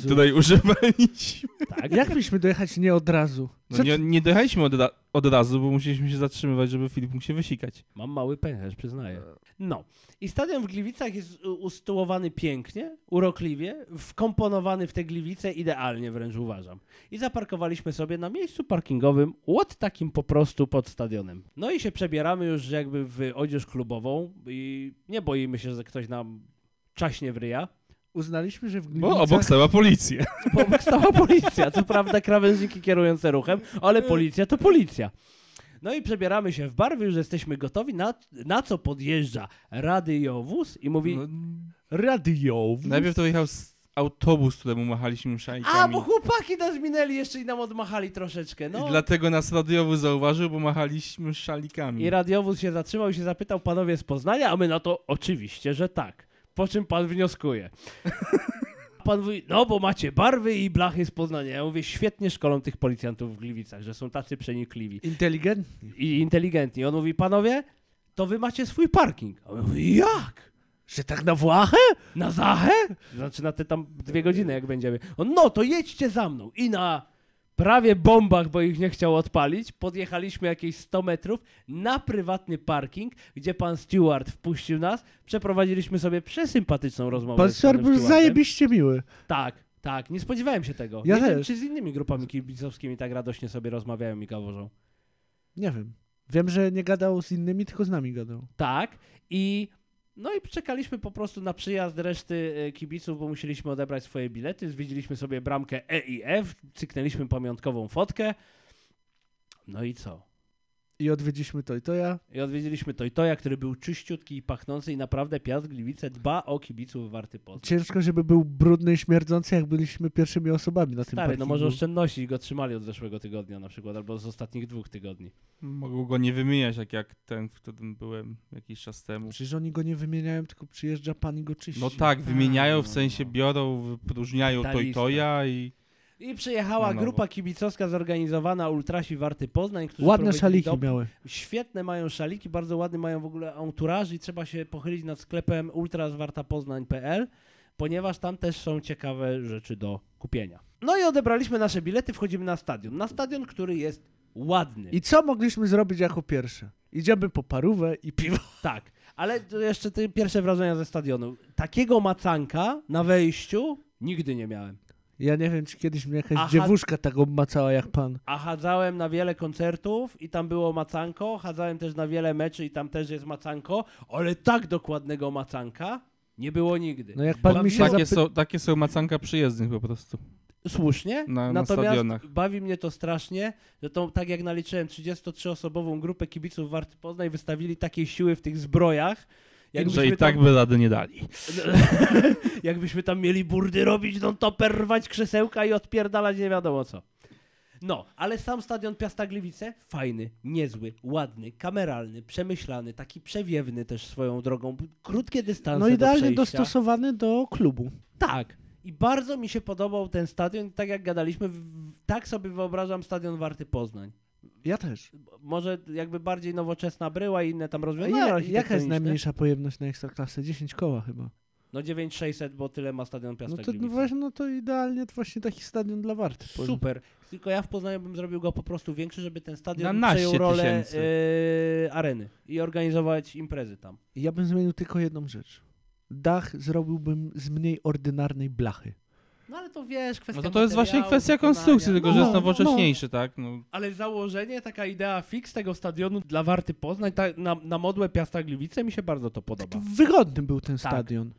Speaker 2: razu?
Speaker 3: której używaliśmy.
Speaker 1: Tak?
Speaker 2: Jak myśmy dojechać nie od razu? Co
Speaker 3: No nie, nie dojechaliśmy od, ra- od razu, bo musieliśmy się zatrzymywać, żeby Filip mógł się wysikać.
Speaker 1: Mam mały pęcherz, przyznaję. No. I stadion w Gliwicach jest u- usytuowany pięknie, urokliwie, wkomponowany w te Gliwice idealnie wręcz uważam. I zaparkowaliśmy sobie na miejscu parkingowym, łot takim po prostu pod stadionem. No i się przebieramy już jakby w odzież klubową i nie boimy się, że ktoś nam czaśnie wryja.
Speaker 2: Uznaliśmy, że w
Speaker 3: Bo
Speaker 2: Gliwicach...
Speaker 3: obok stała policja.
Speaker 1: Bo stała policja. Co prawda krawężniki kierujące ruchem, ale policja to policja. No i przebieramy się w barwy, już jesteśmy gotowi, na, na co podjeżdża radiowóz i mówi
Speaker 3: No,
Speaker 2: Radiowóz.
Speaker 3: najpierw to jechał s- autobus, któremu machaliśmy szajkami.
Speaker 1: a, bo chłopaki nas minęli jeszcze i nam odmachali troszeczkę, no.
Speaker 3: I dlatego nas radiowy zauważył, bo machaliśmy szalikami.
Speaker 1: I radiowóz się zatrzymał i się zapytał panowie z Poznania, a my na to oczywiście, że tak. Po czym pan wnioskuje? Pan mówi, no bo macie barwy i blachy z Poznania. Ja mówię, świetnie szkolą tych policjantów w Gliwicach, że są tacy przenikliwi.
Speaker 2: Inteligentni.
Speaker 1: i inteligentni. On mówi, panowie, to wy macie swój parking. A my mówi, jak?
Speaker 2: Że tak na Włachę?
Speaker 1: Na Zachę? Znaczy na te tam dwie godziny, jak będziemy. On, no to jedźcie za mną. I na prawie bombach, bo ich nie chciał odpalić, podjechaliśmy jakieś 100 metrów na prywatny parking, gdzie pan steward wpuścił nas. Przeprowadziliśmy sobie przesympatyczną rozmowę.
Speaker 2: Pan
Speaker 1: z
Speaker 2: Sor
Speaker 1: panem
Speaker 2: był
Speaker 1: stewardem.
Speaker 2: zajebiście miły.
Speaker 1: Tak, tak. Nie spodziewałem się tego.
Speaker 2: Ja
Speaker 1: nie wiem,
Speaker 2: też.
Speaker 1: czy z innymi grupami kibicowskimi tak radośnie sobie rozmawiają i gaworzą.
Speaker 2: Nie wiem. Wiem, że nie gadał z innymi, tylko z nami gadał.
Speaker 1: Tak. I no i czekaliśmy po prostu na przyjazd reszty e, kibiców, bo musieliśmy odebrać swoje bilety. Zwiedziliśmy sobie bramkę E i F, cyknęliśmy pamiątkową fotkę. No i co?
Speaker 2: I odwiedziliśmy to i to ja.
Speaker 1: I odwiedziliśmy Tojtoja, który był czyściutki i pachnący i naprawdę Piast Gliwice dba o kibiców Warty Poznań.
Speaker 2: Ciężko, żeby był brudny i śmierdzący, jak byliśmy pierwszymi osobami na tym
Speaker 1: Stary, no
Speaker 2: parkingu.
Speaker 1: może oszczędności go trzymali od zeszłego tygodnia na przykład, albo z ostatnich dwóch tygodni.
Speaker 3: Mogą go nie wymieniać, jak, jak ten, w którym byłem jakiś czas temu.
Speaker 2: Przecież oni go nie wymieniają, tylko przyjeżdża pan i go czyści.
Speaker 3: No tak, wymieniają, w
Speaker 1: no,
Speaker 3: sensie
Speaker 1: no.
Speaker 3: biorą, wypróżniają
Speaker 1: Ta
Speaker 3: to i
Speaker 1: lista.
Speaker 3: to ja i...
Speaker 1: I przyjechała
Speaker 3: Na nowo.
Speaker 1: grupa kibicowska zorganizowana Ultrasi Warty Poznań, którzy
Speaker 2: Ładne
Speaker 1: prowadzili
Speaker 2: szaliki
Speaker 1: dop-
Speaker 2: miały.
Speaker 1: Świetne mają szaliki, bardzo ładny mają w ogóle entourage i trzeba się pochylić nad sklepem ultrazwartapoznań.pl, ponieważ tam też są ciekawe rzeczy do kupienia. No i odebraliśmy nasze bilety, wchodzimy na stadion. Na stadion, który jest ładny.
Speaker 2: I co mogliśmy zrobić jako pierwsze? Idziemy po parówę i piwo.
Speaker 1: Tak, ale to jeszcze te pierwsze wrażenia ze stadionu. Takiego macanka na wejściu nigdy nie miałem.
Speaker 2: Ja nie wiem, czy kiedyś mnie jakaś
Speaker 1: Aha.
Speaker 2: dziewuszka tak obmacała jak pan.
Speaker 1: A chadzałem na wiele koncertów i tam było macanko, chadzałem też na wiele meczy i tam też jest macanko, ale tak dokładnego macanka nie było nigdy.
Speaker 2: No jak pan mi się
Speaker 3: Takie,
Speaker 2: zapy...
Speaker 3: są, takie są macanka przyjezdnych po prostu.
Speaker 1: Słusznie,
Speaker 3: Na- na
Speaker 1: natomiast
Speaker 3: stadionach.
Speaker 1: bawi mnie to strasznie, że to, tak jak naliczyłem 33-osobową grupę kibiców Warty Poznań, wystawili takiej siły w tych zbrojach,
Speaker 3: Że i
Speaker 1: jakbyśmy,
Speaker 3: tak
Speaker 1: tam,
Speaker 3: by rady nie dali.
Speaker 1: jakbyśmy tam mieli burdy robić, no to perwać krzesełka i odpierdalać nie wiadomo co. No, ale sam stadion Piasta Gliwice, fajny, niezły, ładny, kameralny, przemyślany, taki przewiewny też swoją drogą, krótkie dystanse
Speaker 2: No idealnie
Speaker 1: do przejścia.
Speaker 2: dostosowany do klubu.
Speaker 1: Tak. I bardzo mi się podobał ten stadion, tak jak gadaliśmy, w- w- tak sobie wyobrażam stadion Warty Poznań.
Speaker 2: Ja też.
Speaker 1: Może jakby bardziej nowoczesna bryła i inne tam
Speaker 2: No,
Speaker 1: rozwiązania
Speaker 2: ja,
Speaker 1: architektoniczne.
Speaker 2: jaka jest najmniejsza pojemność na ekstraklasę? 10 koła chyba.
Speaker 1: No 9600, bo tyle ma stadion
Speaker 2: No
Speaker 1: Piasta
Speaker 2: to, no
Speaker 1: Gliwice.
Speaker 2: właśnie, no to idealnie to właśnie taki stadion dla Warty. powiem.
Speaker 1: Super. Tylko ja w Poznaniu bym zrobił go po prostu większy, żeby ten stadion
Speaker 3: Na 12
Speaker 1: przejął rolę
Speaker 3: tysięcy.
Speaker 1: yy, areny i organizować imprezy tam.
Speaker 2: Ja bym zmienił tylko jedną rzecz. Dach zrobiłbym z mniej ordynarnej blachy.
Speaker 1: No ale to wiesz, kwestia
Speaker 3: No to to jest właśnie
Speaker 1: materiału,
Speaker 3: kwestia
Speaker 1: wykonania.
Speaker 3: konstrukcji, tylko że
Speaker 2: No,
Speaker 3: jest
Speaker 2: no.
Speaker 3: nowocześniejszy, tak? No,
Speaker 1: Ale założenie, taka idea fix tego stadionu dla Warty Poznań, ta, na, na modłę Piasta Gliwice mi się bardzo to podoba.
Speaker 2: Wygodny był ten
Speaker 3: Tak.
Speaker 2: stadion.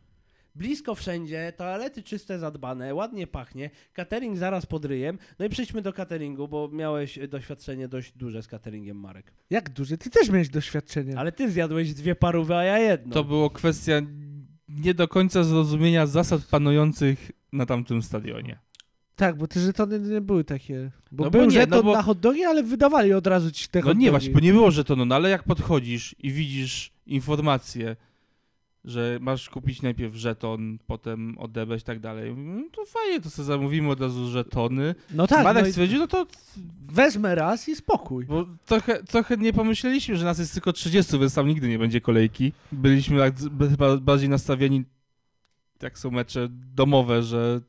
Speaker 1: Blisko wszędzie, toalety czyste, zadbane, ładnie pachnie, catering zaraz pod ryjem. No i przejdźmy do cateringu, bo miałeś e, doświadczenie dość duże z cateringiem, Marek.
Speaker 2: Jak duży? Ty też miałeś doświadczenie.
Speaker 1: Ale ty zjadłeś dwie parówy, a ja jedną.
Speaker 2: No.
Speaker 3: To było kwestia nie do końca zrozumienia zasad panujących na tamtym stadionie.
Speaker 2: Tak, bo te żetony nie były takie. Bo
Speaker 3: No bo
Speaker 2: był
Speaker 3: nie, no
Speaker 2: żeton
Speaker 3: bo-
Speaker 2: na hot dogi, ale wydawali od razu ci te
Speaker 3: No
Speaker 2: hot
Speaker 3: nie,
Speaker 2: dogi.
Speaker 3: właśnie, bo nie było żetonu, no ale jak podchodzisz i widzisz informację, że masz kupić najpierw żeton, potem odebrać i tak dalej, mm, to fajnie, to sobie zamówimy od razu żetony.
Speaker 2: No
Speaker 3: Tak,
Speaker 2: tak,
Speaker 3: Badek
Speaker 2: no i
Speaker 3: stwierdził, no to
Speaker 2: wezmę raz i spokój.
Speaker 3: bo trochę, trochę nie pomyśleliśmy, że nas jest tylko 30, więc tam nigdy nie będzie kolejki. Byliśmy tak z- chyba bardziej nastawieni tak są mecze domowe, że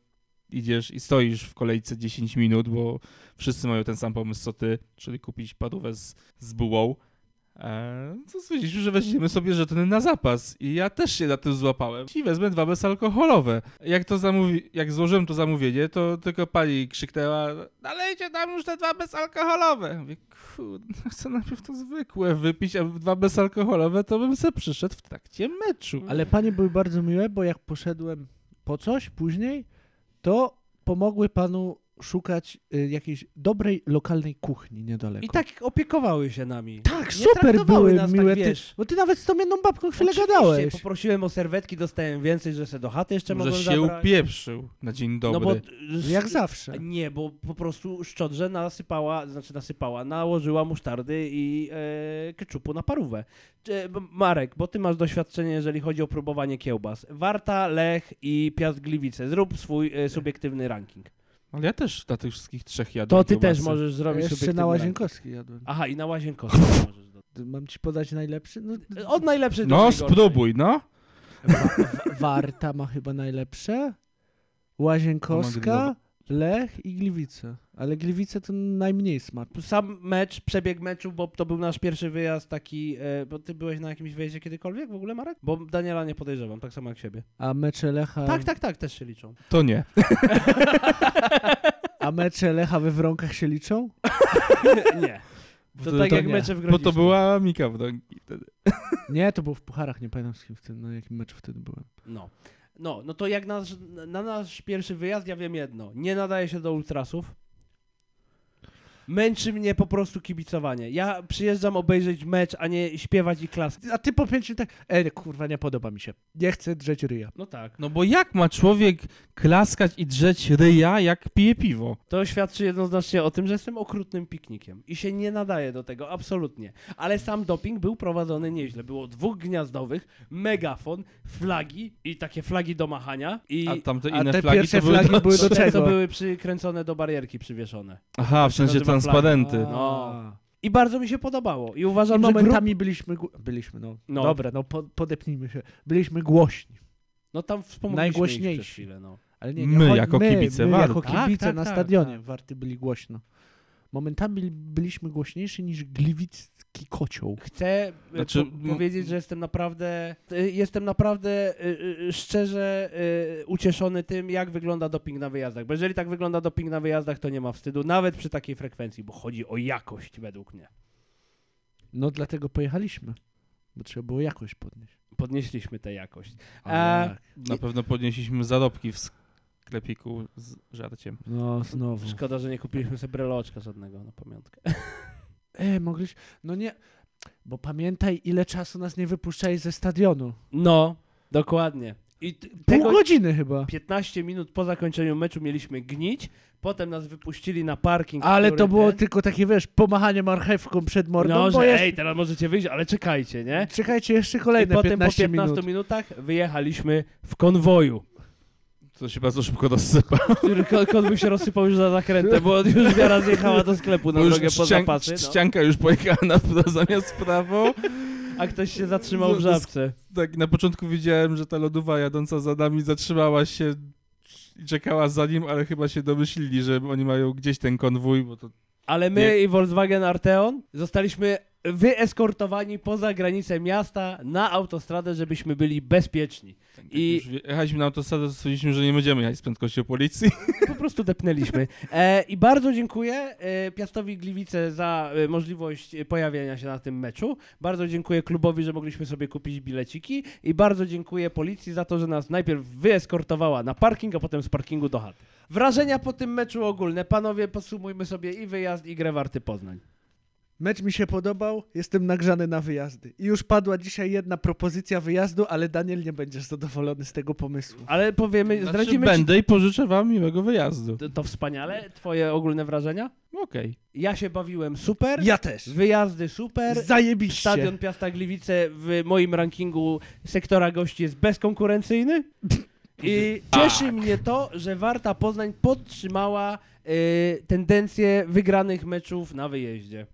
Speaker 3: idziesz i stoisz w kolejce 10 minut, bo wszyscy mają ten sam pomysł co ty, czyli kupić padówę z, z bułą. Eee, co stwierdziliśmy, że weźmiemy sobie żetony na zapas i ja też się na tym złapałem i wezmę dwa bezalkoholowe. Jak to zamówi- jak złożyłem to zamówienie, to tylko pani krzyknęła, nalejcie tam już te dwa bezalkoholowe. Mówię, kurde, no, chcę najpierw to zwykłe wypić, a dwa bezalkoholowe to bym se przyszedł w trakcie meczu.
Speaker 2: Ale panie były bardzo miłe, bo jak poszedłem po coś później, to pomogły panu szukać y, jakiejś dobrej lokalnej kuchni niedaleko.
Speaker 1: I tak opiekowały się nami.
Speaker 2: tak,
Speaker 1: nie
Speaker 2: super
Speaker 1: traktowały
Speaker 2: były
Speaker 1: nas tak,
Speaker 2: miłe.
Speaker 1: wiesz.
Speaker 2: ty, bo ty nawet z tą jedną babką chwilę
Speaker 1: Oczywiście,
Speaker 2: gadałeś.
Speaker 1: Znaczy, Poprosiłem o serwetki, dostałem więcej, że se do chaty jeszcze
Speaker 3: Może
Speaker 1: mogłem
Speaker 3: się
Speaker 1: zabrać.
Speaker 3: upieprzył na dzień dobry.
Speaker 1: No bo
Speaker 2: Jak zawsze.
Speaker 1: Nie, bo po prostu szczodrze nasypała, znaczy nasypała, nałożyła musztardy i e, keczupu na parówę. E, b- Marek, bo ty masz doświadczenie, jeżeli chodzi o próbowanie kiełbas. Warta, Lech i Piast Gliwice. Zrób swój e, subiektywny ranking.
Speaker 3: Ale ja też na tych wszystkich trzech jadłem
Speaker 1: To ty
Speaker 3: kiełbasy.
Speaker 1: też możesz zrobić
Speaker 2: Ja jeszcze
Speaker 1: subiektywny
Speaker 2: na
Speaker 1: ranking.
Speaker 2: Łazienkowskiej jadłem.
Speaker 1: Aha, i na Łazienkowską możesz dodać.
Speaker 2: Mam ci podać najlepszy? No,
Speaker 1: Od najlepszej do
Speaker 3: No
Speaker 1: najgorszej.
Speaker 3: spróbuj, no.
Speaker 2: Warta ma chyba najlepsze.
Speaker 3: Ona
Speaker 2: Łazienkowska, Lech i Gliwice. Ale Gliwice to najmniej smak.
Speaker 1: Sam mecz, przebieg meczu, bo to był nasz pierwszy wyjazd taki, e, bo ty byłeś na jakimś wyjeździe kiedykolwiek w ogóle, Marek? Bo Daniela nie podejrzewam, tak samo jak siebie.
Speaker 2: A mecze Lecha...
Speaker 1: Tak, tak, tak, też się liczą.
Speaker 3: To nie.
Speaker 2: A mecze Lecha we Wronkach się liczą?
Speaker 1: nie.
Speaker 3: Bo
Speaker 1: To tak jak
Speaker 3: nie.
Speaker 1: mecze w
Speaker 3: Bo to
Speaker 1: Grodziszku.
Speaker 3: była Mika w nogi wtedy.
Speaker 2: Nie, to było w Pucharach, nie pamiętam z kim w tym, na jakim meczu wtedy byłem.
Speaker 1: No. No, no to jak nasz, na nasz pierwszy wyjazd, ja wiem jedno. Nie nadaje się do ultrasów. Męczy mnie po prostu kibicowanie. Ja przyjeżdżam obejrzeć mecz, a nie śpiewać i klask.
Speaker 2: A ty po pięciu tak... E, kurwa, nie podoba mi się. Nie chcę drzeć ryja.
Speaker 1: No tak.
Speaker 3: No bo jak ma człowiek klaskać i drzeć ryja, jak pije piwo?
Speaker 1: To świadczy jednoznacznie o tym, że jestem okrutnym piknikiem i się nie nadaje do tego, absolutnie. Ale sam doping był prowadzony nieźle. Było dwóch gniazdowych, megafon, flagi i takie flagi do machania. I
Speaker 3: A tamte
Speaker 2: A
Speaker 3: inne
Speaker 2: te
Speaker 3: flagi
Speaker 2: pierwsze
Speaker 3: to były...
Speaker 2: flagi
Speaker 3: do-
Speaker 2: były do
Speaker 1: te,
Speaker 2: czego?
Speaker 1: co były przykręcone do barierki przywieszone.
Speaker 3: Aha, w sensie
Speaker 1: nazywa
Speaker 3: transparenty.
Speaker 1: flaga. No. I bardzo mi się podobało. I uważam,
Speaker 2: I
Speaker 1: że grup...
Speaker 2: momentami byliśmy... gło- Byliśmy, no.
Speaker 1: No.
Speaker 2: Dobra, no po, podepnijmy się. Byliśmy głośni.
Speaker 1: No tam wspomnieliśmy
Speaker 2: Najgłośniejsi.
Speaker 1: ich przez chwilę, no.
Speaker 2: Ale
Speaker 3: My
Speaker 2: cho-
Speaker 3: jako
Speaker 2: my,
Speaker 3: kibice
Speaker 2: my
Speaker 3: Warty.
Speaker 2: jako
Speaker 1: Tak,
Speaker 2: kibice
Speaker 1: tak,
Speaker 2: na
Speaker 1: tak,
Speaker 2: stadionie
Speaker 1: tak.
Speaker 2: Warty byli głośno. Momentami byli- byliśmy głośniejsi niż gliwicki kocioł.
Speaker 1: Chcę e,
Speaker 3: Znaczy,
Speaker 1: po powiedzieć,
Speaker 3: m-
Speaker 1: że jestem naprawdę e, jestem naprawdę e, e, szczerze e, ucieszony tym, jak wygląda doping na wyjazdach. Bo jeżeli tak wygląda doping na wyjazdach, to nie ma wstydu, nawet przy takiej frekwencji, bo chodzi o jakość według mnie.
Speaker 2: No dlatego pojechaliśmy, bo trzeba było jakość podnieść.
Speaker 1: Podnieśliśmy tę jakość.
Speaker 2: A,
Speaker 1: E,
Speaker 3: Na pewno podnieśliśmy zarobki w sklepiku z żarciem.
Speaker 2: No znowu.
Speaker 1: Szkoda, że nie kupiliśmy sobie breloczka żadnego na pamiątkę.
Speaker 2: E, mogliśmy... No nie... Bo pamiętaj, ile czasu nas nie wypuszczali ze stadionu.
Speaker 1: No, dokładnie. I t-
Speaker 2: Pół
Speaker 1: tego
Speaker 2: godziny chyba.
Speaker 1: 15 minut po zakończeniu meczu mieliśmy gnić, potem nas wypuścili na parking.
Speaker 2: Ale
Speaker 1: który
Speaker 2: to było
Speaker 1: ten-
Speaker 2: tylko takie, wiesz, pomachanie marchewką przed mordą,
Speaker 1: No,
Speaker 2: bo
Speaker 1: że
Speaker 2: jest...
Speaker 1: ej, teraz możecie wyjść, ale czekajcie, nie?
Speaker 2: Czekajcie jeszcze
Speaker 1: I
Speaker 2: kolejne
Speaker 1: potem
Speaker 2: 15,
Speaker 1: po 15
Speaker 2: minut.
Speaker 1: minutach wyjechaliśmy w konwoju.
Speaker 3: To się bardzo szybko rozsypa.
Speaker 1: Który ko- konwój się rozsypał już za zakrętem, bo już wiara zjechała do sklepu na
Speaker 3: Bo już
Speaker 1: drogę po
Speaker 3: trzcian-
Speaker 1: zapasy. No.
Speaker 3: trzcianka już pojechała na zamiast w prawo.
Speaker 1: A ktoś się zatrzymał w
Speaker 3: Z- z-
Speaker 1: żabce.
Speaker 3: Tak, na początku widziałem, że ta lodowa jadąca za nami zatrzymała się i czekała za nim, ale chyba się domyślili, że oni mają gdzieś ten konwój, bo to
Speaker 1: Ale my
Speaker 3: Nie.
Speaker 1: i Volkswagen Arteon zostaliśmy wyeskortowani poza granicę miasta na autostradę, żebyśmy byli bezpieczni.
Speaker 3: tak,
Speaker 1: I-
Speaker 3: I... już wje- jechaliśmy na autostradę, to stwierdziliśmy, że nie będziemy jechać z prędkością policji.
Speaker 1: Po prostu depnęliśmy. E, I bardzo dziękuję e, Piastowi Gliwice za e, możliwość e, pojawienia się na tym meczu. Bardzo dziękuję klubowi, że mogliśmy sobie kupić bileciki. I bardzo dziękuję policji za to, że nas najpierw wyeskortowała na parking, a potem z parkingu do chaty. Wrażenia po tym meczu ogólne. Panowie, posumujmy sobie i wyjazd, i grę Warty Poznań.
Speaker 2: Mecz mi się podobał, jestem nagrzany na wyjazdy. I już padła dzisiaj jedna propozycja wyjazdu, ale Daniel nie będziesz zadowolony z tego pomysłu.
Speaker 1: Ale powiemy,
Speaker 3: Znaczy,
Speaker 1: zdradzimy ci...
Speaker 3: będę i pożyczę wam miłego wyjazdu.
Speaker 1: To- To wspaniale. Twoje ogólne wrażenia?
Speaker 3: Okej.
Speaker 1: Ja się bawiłem super.
Speaker 2: Ja też.
Speaker 1: Wyjazdy super.
Speaker 2: Zajebiście.
Speaker 1: Stadion Piasta Gliwice w moim rankingu sektora gości jest bezkonkurencyjny. I cieszy mnie to, że Warta Poznań podtrzymała y, tendencję wygranych meczów na wyjeździe.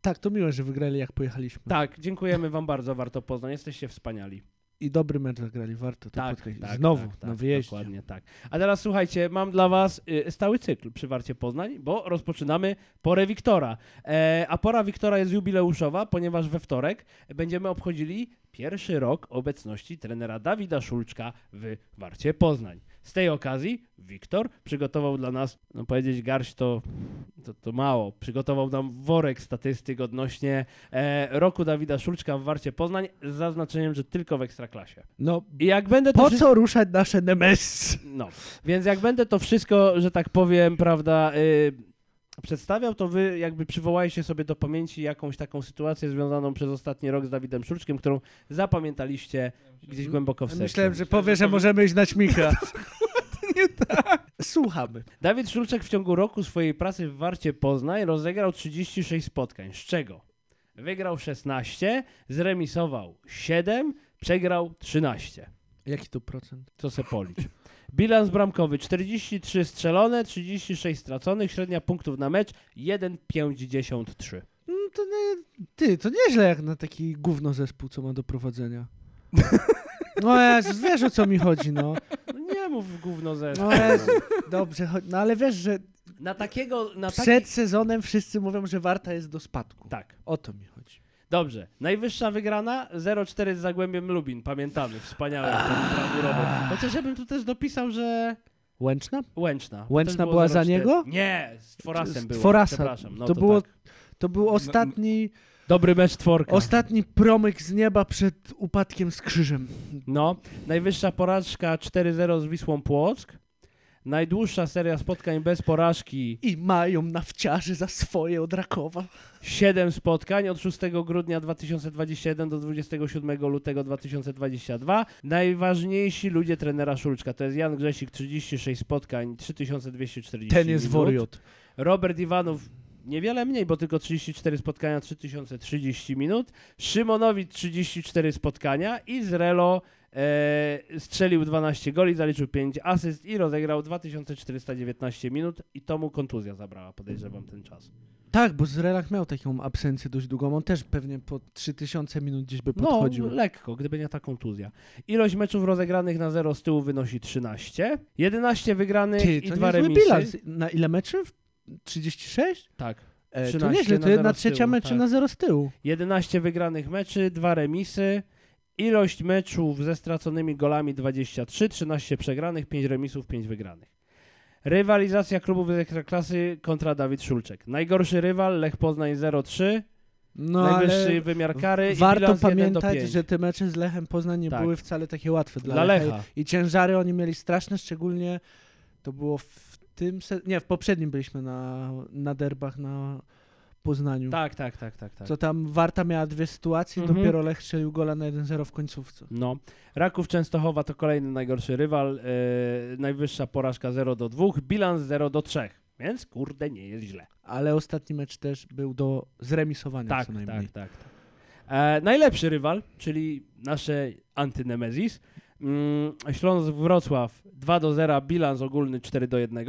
Speaker 2: Tak, to miłe, że wygrali jak pojechaliśmy.
Speaker 1: Tak, dziękujemy Wam bardzo, Warto Poznań. Jesteście wspaniali.
Speaker 2: i dobry mecz zagrali, warto to
Speaker 1: Tak,
Speaker 2: podkreślić.
Speaker 1: tak,
Speaker 2: Znowu,
Speaker 1: tak,
Speaker 2: na
Speaker 1: tak,
Speaker 2: wyjeździe.
Speaker 1: Dokładnie tak. A teraz słuchajcie, mam dla was y, stały cykl przywarcie Poznań, bo rozpoczynamy porę Wiktora. E, a pora Wiktora jest jubileuszowa, ponieważ we wtorek będziemy obchodzili pierwszy rok obecności trenera Dawida Szulczka w Warcie Poznań. Z tej okazji Wiktor przygotował dla nas, no powiedzieć garść to, to, to mało, przygotował nam worek statystyk odnośnie e, roku Dawida Szulczka w Warcie Poznań z zaznaczeniem, że tylko w Ekstraklasie.
Speaker 2: No,
Speaker 1: I jak będę to
Speaker 2: po
Speaker 1: wszystko-
Speaker 2: co ruszać nasze nemes?
Speaker 1: no, więc jak będę to wszystko, że tak powiem, prawda, y, przedstawiał, to wy jakby przywołajcie sobie do pamięci jakąś taką sytuację związaną przez ostatni rok z Dawidem Szulczkiem, którą zapamiętaliście gdzieś głęboko w sercu.
Speaker 2: Myślałem, że powie, że możemy iść na ćmika. Nie tak. Słuchamy.
Speaker 1: Dawid Szulczek w ciągu roku swojej pracy w Warcie Poznań rozegrał 36 spotkań, z czego wygrał 16, zremisował 7, przegrał 13.
Speaker 2: Jaki to procent?
Speaker 1: Co se policz. Bilans bramkowy 43 strzelone, 36 straconych, średnia punktów na mecz 1,53.
Speaker 2: No to nie, ty, to nieźle jak na taki gówno zespół, co ma do prowadzenia. No Jezus, wiesz o co mi chodzi, no.
Speaker 1: No nie mów w gówno ze.
Speaker 2: No Jezu, dobrze, cho- no ale wiesz, że
Speaker 1: Na takiego, na taki...
Speaker 2: przed sezonem wszyscy mówią, że Warta jest do spadku.
Speaker 1: Tak,
Speaker 2: O to mi chodzi.
Speaker 1: dobrze. Najwyższa wygrana 0,4 z Zagłębiem Lubin, pamiętamy. Wspaniałe. Chociaż ja bym tu też dopisał, że
Speaker 2: Łęczna?
Speaker 1: Łęczna.
Speaker 2: Łęczna
Speaker 1: Też było
Speaker 2: była za
Speaker 1: 0,4.
Speaker 2: niego?
Speaker 1: Nie, z Tworasem
Speaker 2: Z
Speaker 1: było.
Speaker 2: Tworasa.
Speaker 1: Przepraszam. No to,
Speaker 2: To było-
Speaker 1: tak.
Speaker 2: To był ostatni,
Speaker 1: Dobry mecz czworka.
Speaker 2: ostatni promyk z nieba przed upadkiem z krzyżem.
Speaker 1: No, najwyższa porażka 4-0 z Wisłą Płock. Najdłuższa seria spotkań bez porażki
Speaker 2: I mają nawciarzy za swoje od Rakowa.
Speaker 1: 7 spotkań od 6 grudnia 2021 do 27 lutego 2022. Najważniejsi ludzie trenera Szulczka to jest Jan Grzesik 36 spotkań 3240.
Speaker 2: Ten jest
Speaker 1: minut.
Speaker 2: woriot.
Speaker 1: Robert Iwanów niewiele mniej, bo tylko 34 spotkania 3030 minut. Szymonowicz 34 spotkania i Zrelo e, strzelił 12 goli, zaliczył 5 asyst i rozegrał 2419 minut i to mu kontuzja zabrała, podejrzewam ten czas.
Speaker 2: Tak, bo Zrelak miał taką absencję dość długą. On też pewnie po 3000 minut gdzieś by
Speaker 1: No,
Speaker 2: podchodził.
Speaker 1: lekko, gdyby nie ta kontuzja. Ilość meczów rozegranych na 0 z tyłu wynosi 13, 11 wygranych
Speaker 2: Ty,
Speaker 1: i
Speaker 2: to
Speaker 1: 2
Speaker 2: niezły
Speaker 1: remisy.
Speaker 2: bilans. Na ile meczów? 36?
Speaker 1: Tak.
Speaker 2: E, to
Speaker 1: 13
Speaker 2: nieźle,
Speaker 1: na
Speaker 2: to jedna
Speaker 1: zero z
Speaker 2: trzecia
Speaker 1: tyłu,
Speaker 2: meczy
Speaker 1: tak.
Speaker 2: na zero z tyłu.
Speaker 1: 11 wygranych meczy, 2 remisy. Ilość meczów ze straconymi golami 23, 13 przegranych, 5 remisów, 5 wygranych. Rywalizacja klubów z Ekstraklasy kontra Dawid Szulczek. Najgorszy rywal Lech Poznań 0-3,
Speaker 2: No,
Speaker 1: najwyższy
Speaker 2: ale
Speaker 1: wymiar kary i
Speaker 2: warto
Speaker 1: bilans 1
Speaker 2: pamiętać,
Speaker 1: do 5.
Speaker 2: że te mecze z Lechem Poznań nie
Speaker 1: Tak.
Speaker 2: były wcale takie łatwe dla,
Speaker 1: dla
Speaker 2: Lecha.
Speaker 1: Lecha.
Speaker 2: I ciężary oni mieli straszne, szczególnie to było w tym... Se- nie, w poprzednim byliśmy na, na derbach na Poznaniu.
Speaker 1: Tak, tak, tak, tak, tak.
Speaker 2: Co tam Warta miała dwie sytuacje,
Speaker 1: Mhm.
Speaker 2: dopiero Lech strzelił gola na 1-0 w końcówce.
Speaker 1: No. Raków Częstochowa to kolejny najgorszy rywal. Yy, najwyższa porażka 0 do 2, bilans 0 do 3. Więc kurde, nie jest źle.
Speaker 2: Ale ostatni mecz też był do zremisowania
Speaker 1: Tak,
Speaker 2: co
Speaker 1: tak,
Speaker 2: najmniej.
Speaker 1: tak, tak. E, najlepszy rywal, czyli nasze antynemezis. Mm, Śląsk Wrocław 2 do 0, bilans ogólny 4 do 1.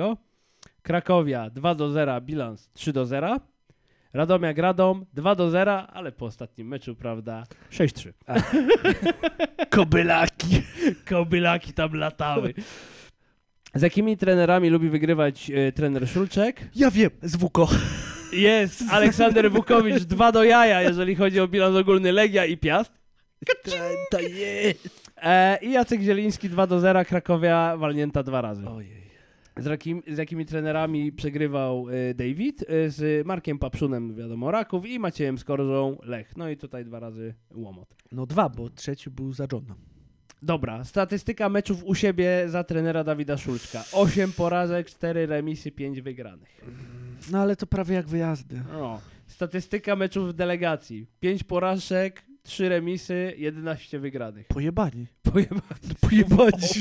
Speaker 1: Krakowia 2 do 0, bilans 3 do 0. Radomia Gradom 2 do 0, ale po ostatnim meczu, prawda, 6-3. Kobylaki. Kobylaki tam latały. Z jakimi trenerami lubi wygrywać e, trener Szulczek?
Speaker 2: Ja wiem, z Wuko.
Speaker 1: Jest Aleksander Wukowicz 2 do jaja, jeżeli chodzi o bilans ogólny Legia i Piast. Tak.
Speaker 2: To jest.
Speaker 1: E, I Jacek Zieliński 2 do 0, Krakowia walnięta dwa razy.
Speaker 2: Ojej.
Speaker 1: Z, jakim, z jakimi trenerami przegrywał e, David? E, z Markiem Papszunem, wiadomo, Raków i Maciejem Skorżą, Lech. No i tutaj dwa razy Łomot.
Speaker 2: No dwa, bo trzeci był za Johna.
Speaker 1: Dobra, statystyka meczów u siebie za trenera Dawida Szulczka. 8 porażek, 4 remisy, 5 wygranych.
Speaker 2: No ale to prawie jak wyjazdy.
Speaker 1: No. Statystyka meczów w delegacji. 5 porażek, 3 remisy, 11 wygranych.
Speaker 2: Pojebani.
Speaker 1: Pojebać.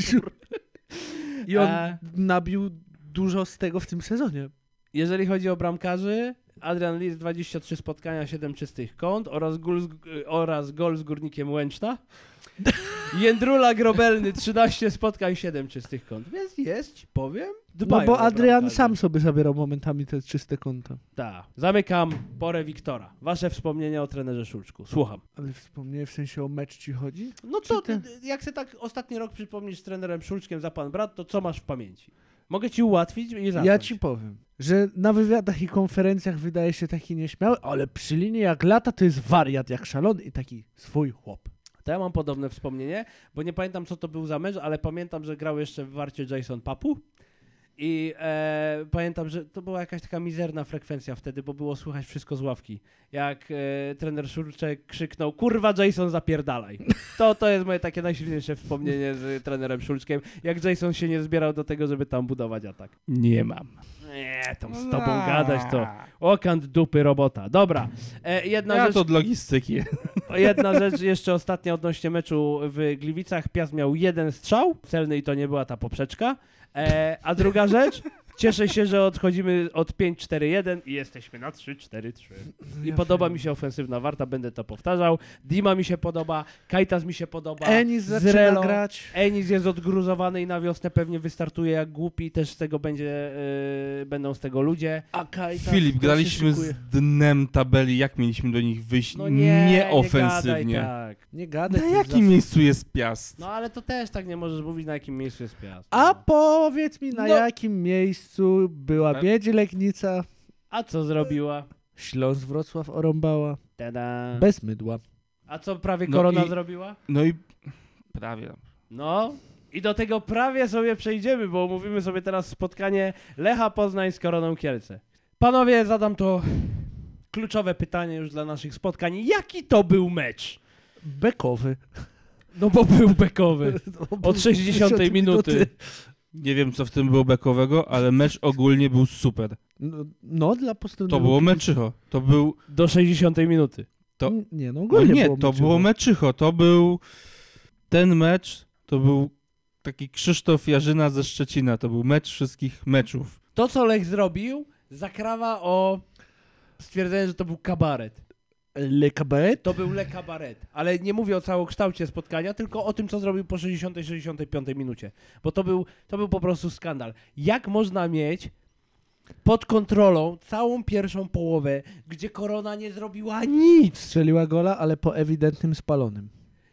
Speaker 2: I on
Speaker 1: E.
Speaker 2: nabił dużo z tego w tym No sezonie.
Speaker 1: Jeżeli chodzi o bramkarzy, Adrian Lis 23 spotkania, 7 czystych kąt oraz, gól z, e, oraz gol z Górnikiem Łęczna. Jędrula Grobelny 13 spotkań, 7 czystych kąt. Więc jest, ci powiem,
Speaker 2: No
Speaker 1: dbają
Speaker 2: bo
Speaker 1: o
Speaker 2: Adrian
Speaker 1: bramkarzy.
Speaker 2: sam sobie zabierał momentami te czyste konta.
Speaker 1: Tak. Zamykam porę Wiktora. Wasze wspomnienia o trenerze Szulczku. Słucham.
Speaker 2: Ale wspomniałem w sensie o mecz ci chodzi?
Speaker 1: No co,
Speaker 2: Czy ty-
Speaker 1: ty- jak se tak ostatni rok przypomnisz z trenerem Szulczkiem za pan brat, to co masz w pamięci? Mogę ci ułatwić i zacząć.
Speaker 2: Ja ci powiem, że na wywiadach i konferencjach wydaje się taki nieśmiały, ale przy linii jak lata to jest wariat jak szalony i taki swój chłop.
Speaker 1: To ja mam podobne wspomnienie, bo nie pamiętam co to był za mecz, ale pamiętam, że grał jeszcze w warcie Jason Papu. I e, pamiętam, że to była jakaś taka mizerna frekwencja wtedy, bo było słychać wszystko z ławki. Jak e, trener Szurczek krzyknął, kurwa Jason zapierdalaj. To, to jest moje takie najsilniejsze wspomnienie z trenerem Szulczkiem, jak Jason się nie zbierał do tego, żeby tam budować atak.
Speaker 3: Nie mam.
Speaker 1: Nie, tam z
Speaker 3: No
Speaker 1: tobą gadać to
Speaker 3: tak.
Speaker 1: okant dupy robota. Dobra, e, jedna
Speaker 3: ja
Speaker 1: rzecz...
Speaker 3: to od logistyki.
Speaker 1: Jedna rzecz jeszcze ostatnia odnośnie meczu w Gliwicach. Piast miał jeden strzał celny i to nie była ta poprzeczka. E, a druga rzecz, cieszę się, że odchodzimy od 5-4-1 i jesteśmy na 3-4-3. I podoba mi się ofensywna warta, będę to powtarzał. Dima mi się podoba, Kajtas mi się podoba.
Speaker 2: Enis zaczyna
Speaker 1: Zrelo.
Speaker 2: grać.
Speaker 1: Enis jest odgruzowany i na wiosnę pewnie wystartuje jak głupi i też z tego będzie, e, będą z tego ludzie.
Speaker 2: A
Speaker 1: tak,
Speaker 2: Kajta,
Speaker 3: Filip, graliśmy z dnem tabeli. Jak mieliśmy do nich wyjść?
Speaker 1: No nie,
Speaker 3: Nieofensywnie.
Speaker 1: Nie gadaj tak.
Speaker 2: Nie gadaj.
Speaker 3: na
Speaker 2: ty
Speaker 3: jakim
Speaker 2: zas-
Speaker 3: miejscu jest Piast?
Speaker 1: No ale to też tak nie możesz mówić, na jakim miejscu jest Piast.
Speaker 2: A
Speaker 1: No.
Speaker 2: powiedz mi, na
Speaker 1: No.
Speaker 2: jakim miejscu była
Speaker 3: A-
Speaker 2: Miedzi Legnica?
Speaker 1: A co zrobiła?
Speaker 2: Śląsk Wrocław orąbała.
Speaker 1: Tada.
Speaker 2: Bez mydła.
Speaker 1: A co prawie
Speaker 3: No
Speaker 1: korona
Speaker 3: i-
Speaker 1: zrobiła?
Speaker 3: No i prawie.
Speaker 1: No. I do tego prawie sobie przejdziemy, bo omówimy sobie teraz spotkanie Lecha Poznań z Koroną Kielce. Panowie, zadam to kluczowe pytanie już dla naszych spotkań. Jaki to był mecz?
Speaker 2: Bekowy.
Speaker 1: No bo był bekowy. Od 60 minuty.
Speaker 3: Nie wiem, co w tym było bekowego, ale mecz ogólnie był super.
Speaker 2: No, no dla postępu.
Speaker 3: To było meczycho. To był
Speaker 1: Do 60 minuty.
Speaker 3: to-
Speaker 2: N- Nie, no
Speaker 3: No
Speaker 2: ogólnie
Speaker 3: nie,
Speaker 2: było
Speaker 3: to było meczycho. To był ten mecz, to był taki Krzysztof Jarzyna ze Szczecina. To był mecz wszystkich meczów.
Speaker 1: To, co Lech zrobił, zakrawa o stwierdzenie, że to był kabaret.
Speaker 2: Le Cabet.
Speaker 1: To był Le Cabaret, ale nie mówię o całokształcie spotkania, tylko o tym, co zrobił po 60-65 minucie. Bo to był, to był po prostu skandal. Jak można mieć pod kontrolą całą pierwszą połowę, gdzie korona nie zrobiła nic?
Speaker 2: Strzeliła gola, ale po ewidentnym spalonym.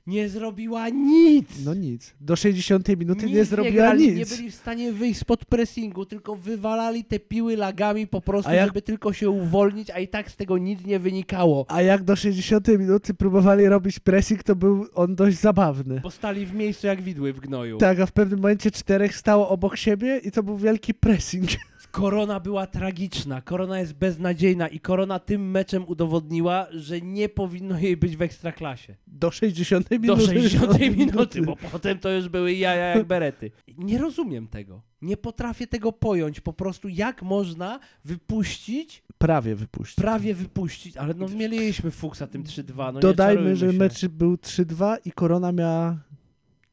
Speaker 1: Nie zrobiła nic!
Speaker 2: No nic. Do 60 minuty
Speaker 1: Nic
Speaker 2: No nie zrobiła
Speaker 1: grali,
Speaker 2: nic.
Speaker 1: Nie byli w stanie wyjść spod pressingu, tylko wywalali te piły lagami po prostu,
Speaker 2: A jak-
Speaker 1: żeby tylko się uwolnić, a i tak z tego nic nie wynikało.
Speaker 2: A jak do 60 minuty próbowali robić pressing, to był on dość zabawny.
Speaker 1: Bo stali w miejscu jak widły w gnoju.
Speaker 2: Tak, a w pewnym momencie czterech stało obok siebie i to był wielki pressing.
Speaker 1: Korona była tragiczna, korona jest beznadziejna i korona tym meczem udowodniła, że nie powinno jej być w ekstraklasie.
Speaker 2: Do 60
Speaker 1: Do
Speaker 2: minuty.
Speaker 1: 60 minuty, bo potem to już były jaja jak berety. Nie rozumiem tego. Nie potrafię tego pojąć. Po prostu jak można wypuścić,
Speaker 2: Prawie wypuścił.
Speaker 1: prawie wypuścić, ale no mieliśmy fuksa tym 3-2. No nie
Speaker 2: Dodajmy, że
Speaker 1: czarujmy się.
Speaker 2: mecz był 3-2 i Korona miała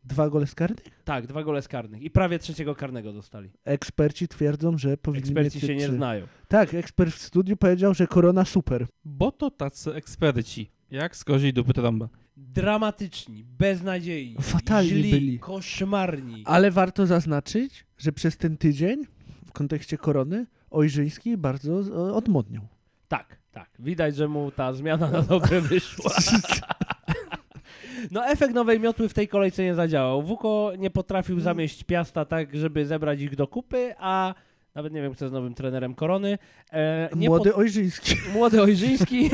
Speaker 2: dwa gole z karnych.
Speaker 1: Tak, dwa gole z karnych i prawie trzeciego karnego dostali.
Speaker 2: Eksperci twierdzą, że powinni
Speaker 1: Eksperci
Speaker 2: mieć
Speaker 1: się nie
Speaker 2: trzy.
Speaker 1: znają.
Speaker 2: Tak, ekspert w studiu powiedział, że Korona super.
Speaker 3: Bo to tacy eksperci. Jak z koziej dupy trąba.
Speaker 1: Dramatyczni, beznadziejni,
Speaker 2: No Fatalni
Speaker 1: źli,
Speaker 2: byli.
Speaker 1: koszmarni.
Speaker 2: Ale warto zaznaczyć, że przez ten tydzień w kontekście Korony Ojrzyński bardzo e, z- odmodniał.
Speaker 1: Tak, tak. Widać, że mu ta zmiana na dobre wyszła. No efekt nowej miotły w tej kolejce nie zadziałał. Wuko nie potrafił zamieść Piasta tak, żeby zebrać ich do kupy, a nawet nie wiem, kto jest nowym trenerem Korony. E, nie
Speaker 2: Młody Ojrzyński.
Speaker 1: pot- młody Ojrzyński,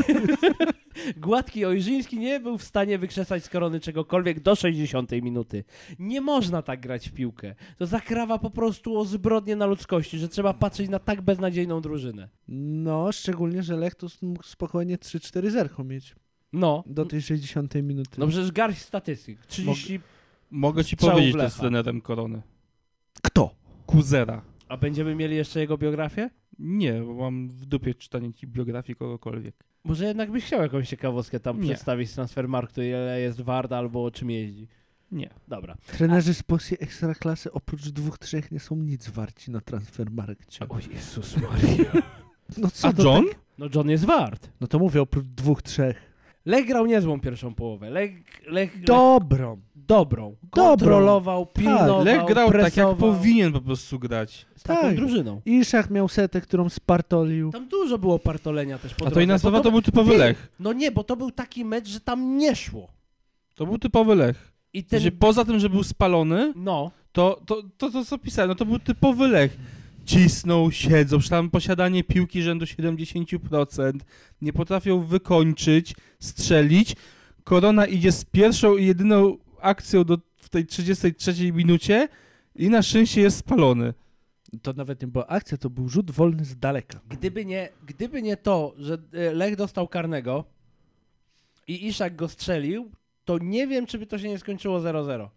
Speaker 1: gładki Ojrzyński nie był w stanie wykrzesać z Korony czegokolwiek do 60 minuty. Nie można tak grać w piłkę. To zakrawa po prostu o zbrodnie na ludzkości, że trzeba patrzeć na tak beznadziejną drużynę.
Speaker 2: No, szczególnie, że Lech tu mógł spokojnie 3-4 zerko mieć
Speaker 1: No,
Speaker 2: do tej 60 minuty.
Speaker 1: No przecież garść statystyk. 30.
Speaker 3: Mogę ci
Speaker 1: Strzał w
Speaker 3: powiedzieć, to
Speaker 1: Lecha.
Speaker 3: jest trenerem Korony.
Speaker 2: Kto?
Speaker 3: Kuzera.
Speaker 1: A będziemy mieli jeszcze jego biografię?
Speaker 3: Nie, bo mam w dupie czytanie ci biografii kogokolwiek.
Speaker 1: Może jednak byś chciał jakąś ciekawostkę tam
Speaker 3: Nie.
Speaker 1: przedstawić z Transfermarktu, ile jest warta albo o czym jeździ.
Speaker 3: Nie.
Speaker 1: Dobra.
Speaker 2: Trenerzy z polskiej ekstraklasy oprócz dwóch, trzech nie są nic warci na transfermarkcie.
Speaker 1: O Jezus Maria.
Speaker 2: No co
Speaker 3: A
Speaker 2: do
Speaker 3: John?
Speaker 2: tak-
Speaker 1: No John jest wart.
Speaker 2: No to mówię oprócz dwóch, trzech.
Speaker 1: Lech grał niezłą pierwszą połowę. Lech, Lech, Lech
Speaker 2: Dobrą.
Speaker 1: dobrą.
Speaker 2: Dobrą.
Speaker 1: Kontrolował, pilnował,
Speaker 3: Tak, Lech grał tak, jak
Speaker 1: presował.
Speaker 3: powinien po prostu grać.
Speaker 1: Z taką
Speaker 2: Tak.
Speaker 1: drużyną.
Speaker 2: Iszach miał setę, którą spartolił.
Speaker 1: Tam dużo było partolenia też po
Speaker 3: A to
Speaker 1: drodze,
Speaker 3: inna
Speaker 1: bo
Speaker 3: sprawa, to był typowy
Speaker 1: Ty,
Speaker 3: Lech.
Speaker 1: No nie, bo to był taki mecz, że tam nie szło.
Speaker 3: To był typowy Lech.
Speaker 1: I ten...
Speaker 3: Ten... Poza tym, że był spalony,
Speaker 1: No,
Speaker 3: to to, to, to co pisałem, no to był typowy Lech. Cisnął, siedzą, przy tam posiadanie piłki rzędu 70%, nie potrafią wykończyć, strzelić. Korona idzie z pierwszą i jedyną akcją do, w tej 33 minucie i na szczęście jest spalony.
Speaker 2: To nawet nie była akcja, to był rzut wolny z daleka.
Speaker 1: gdyby nie, gdyby nie to, że e, Lech dostał karnego i Iszak go strzelił, to nie wiem, czy by to się nie skończyło 0-0.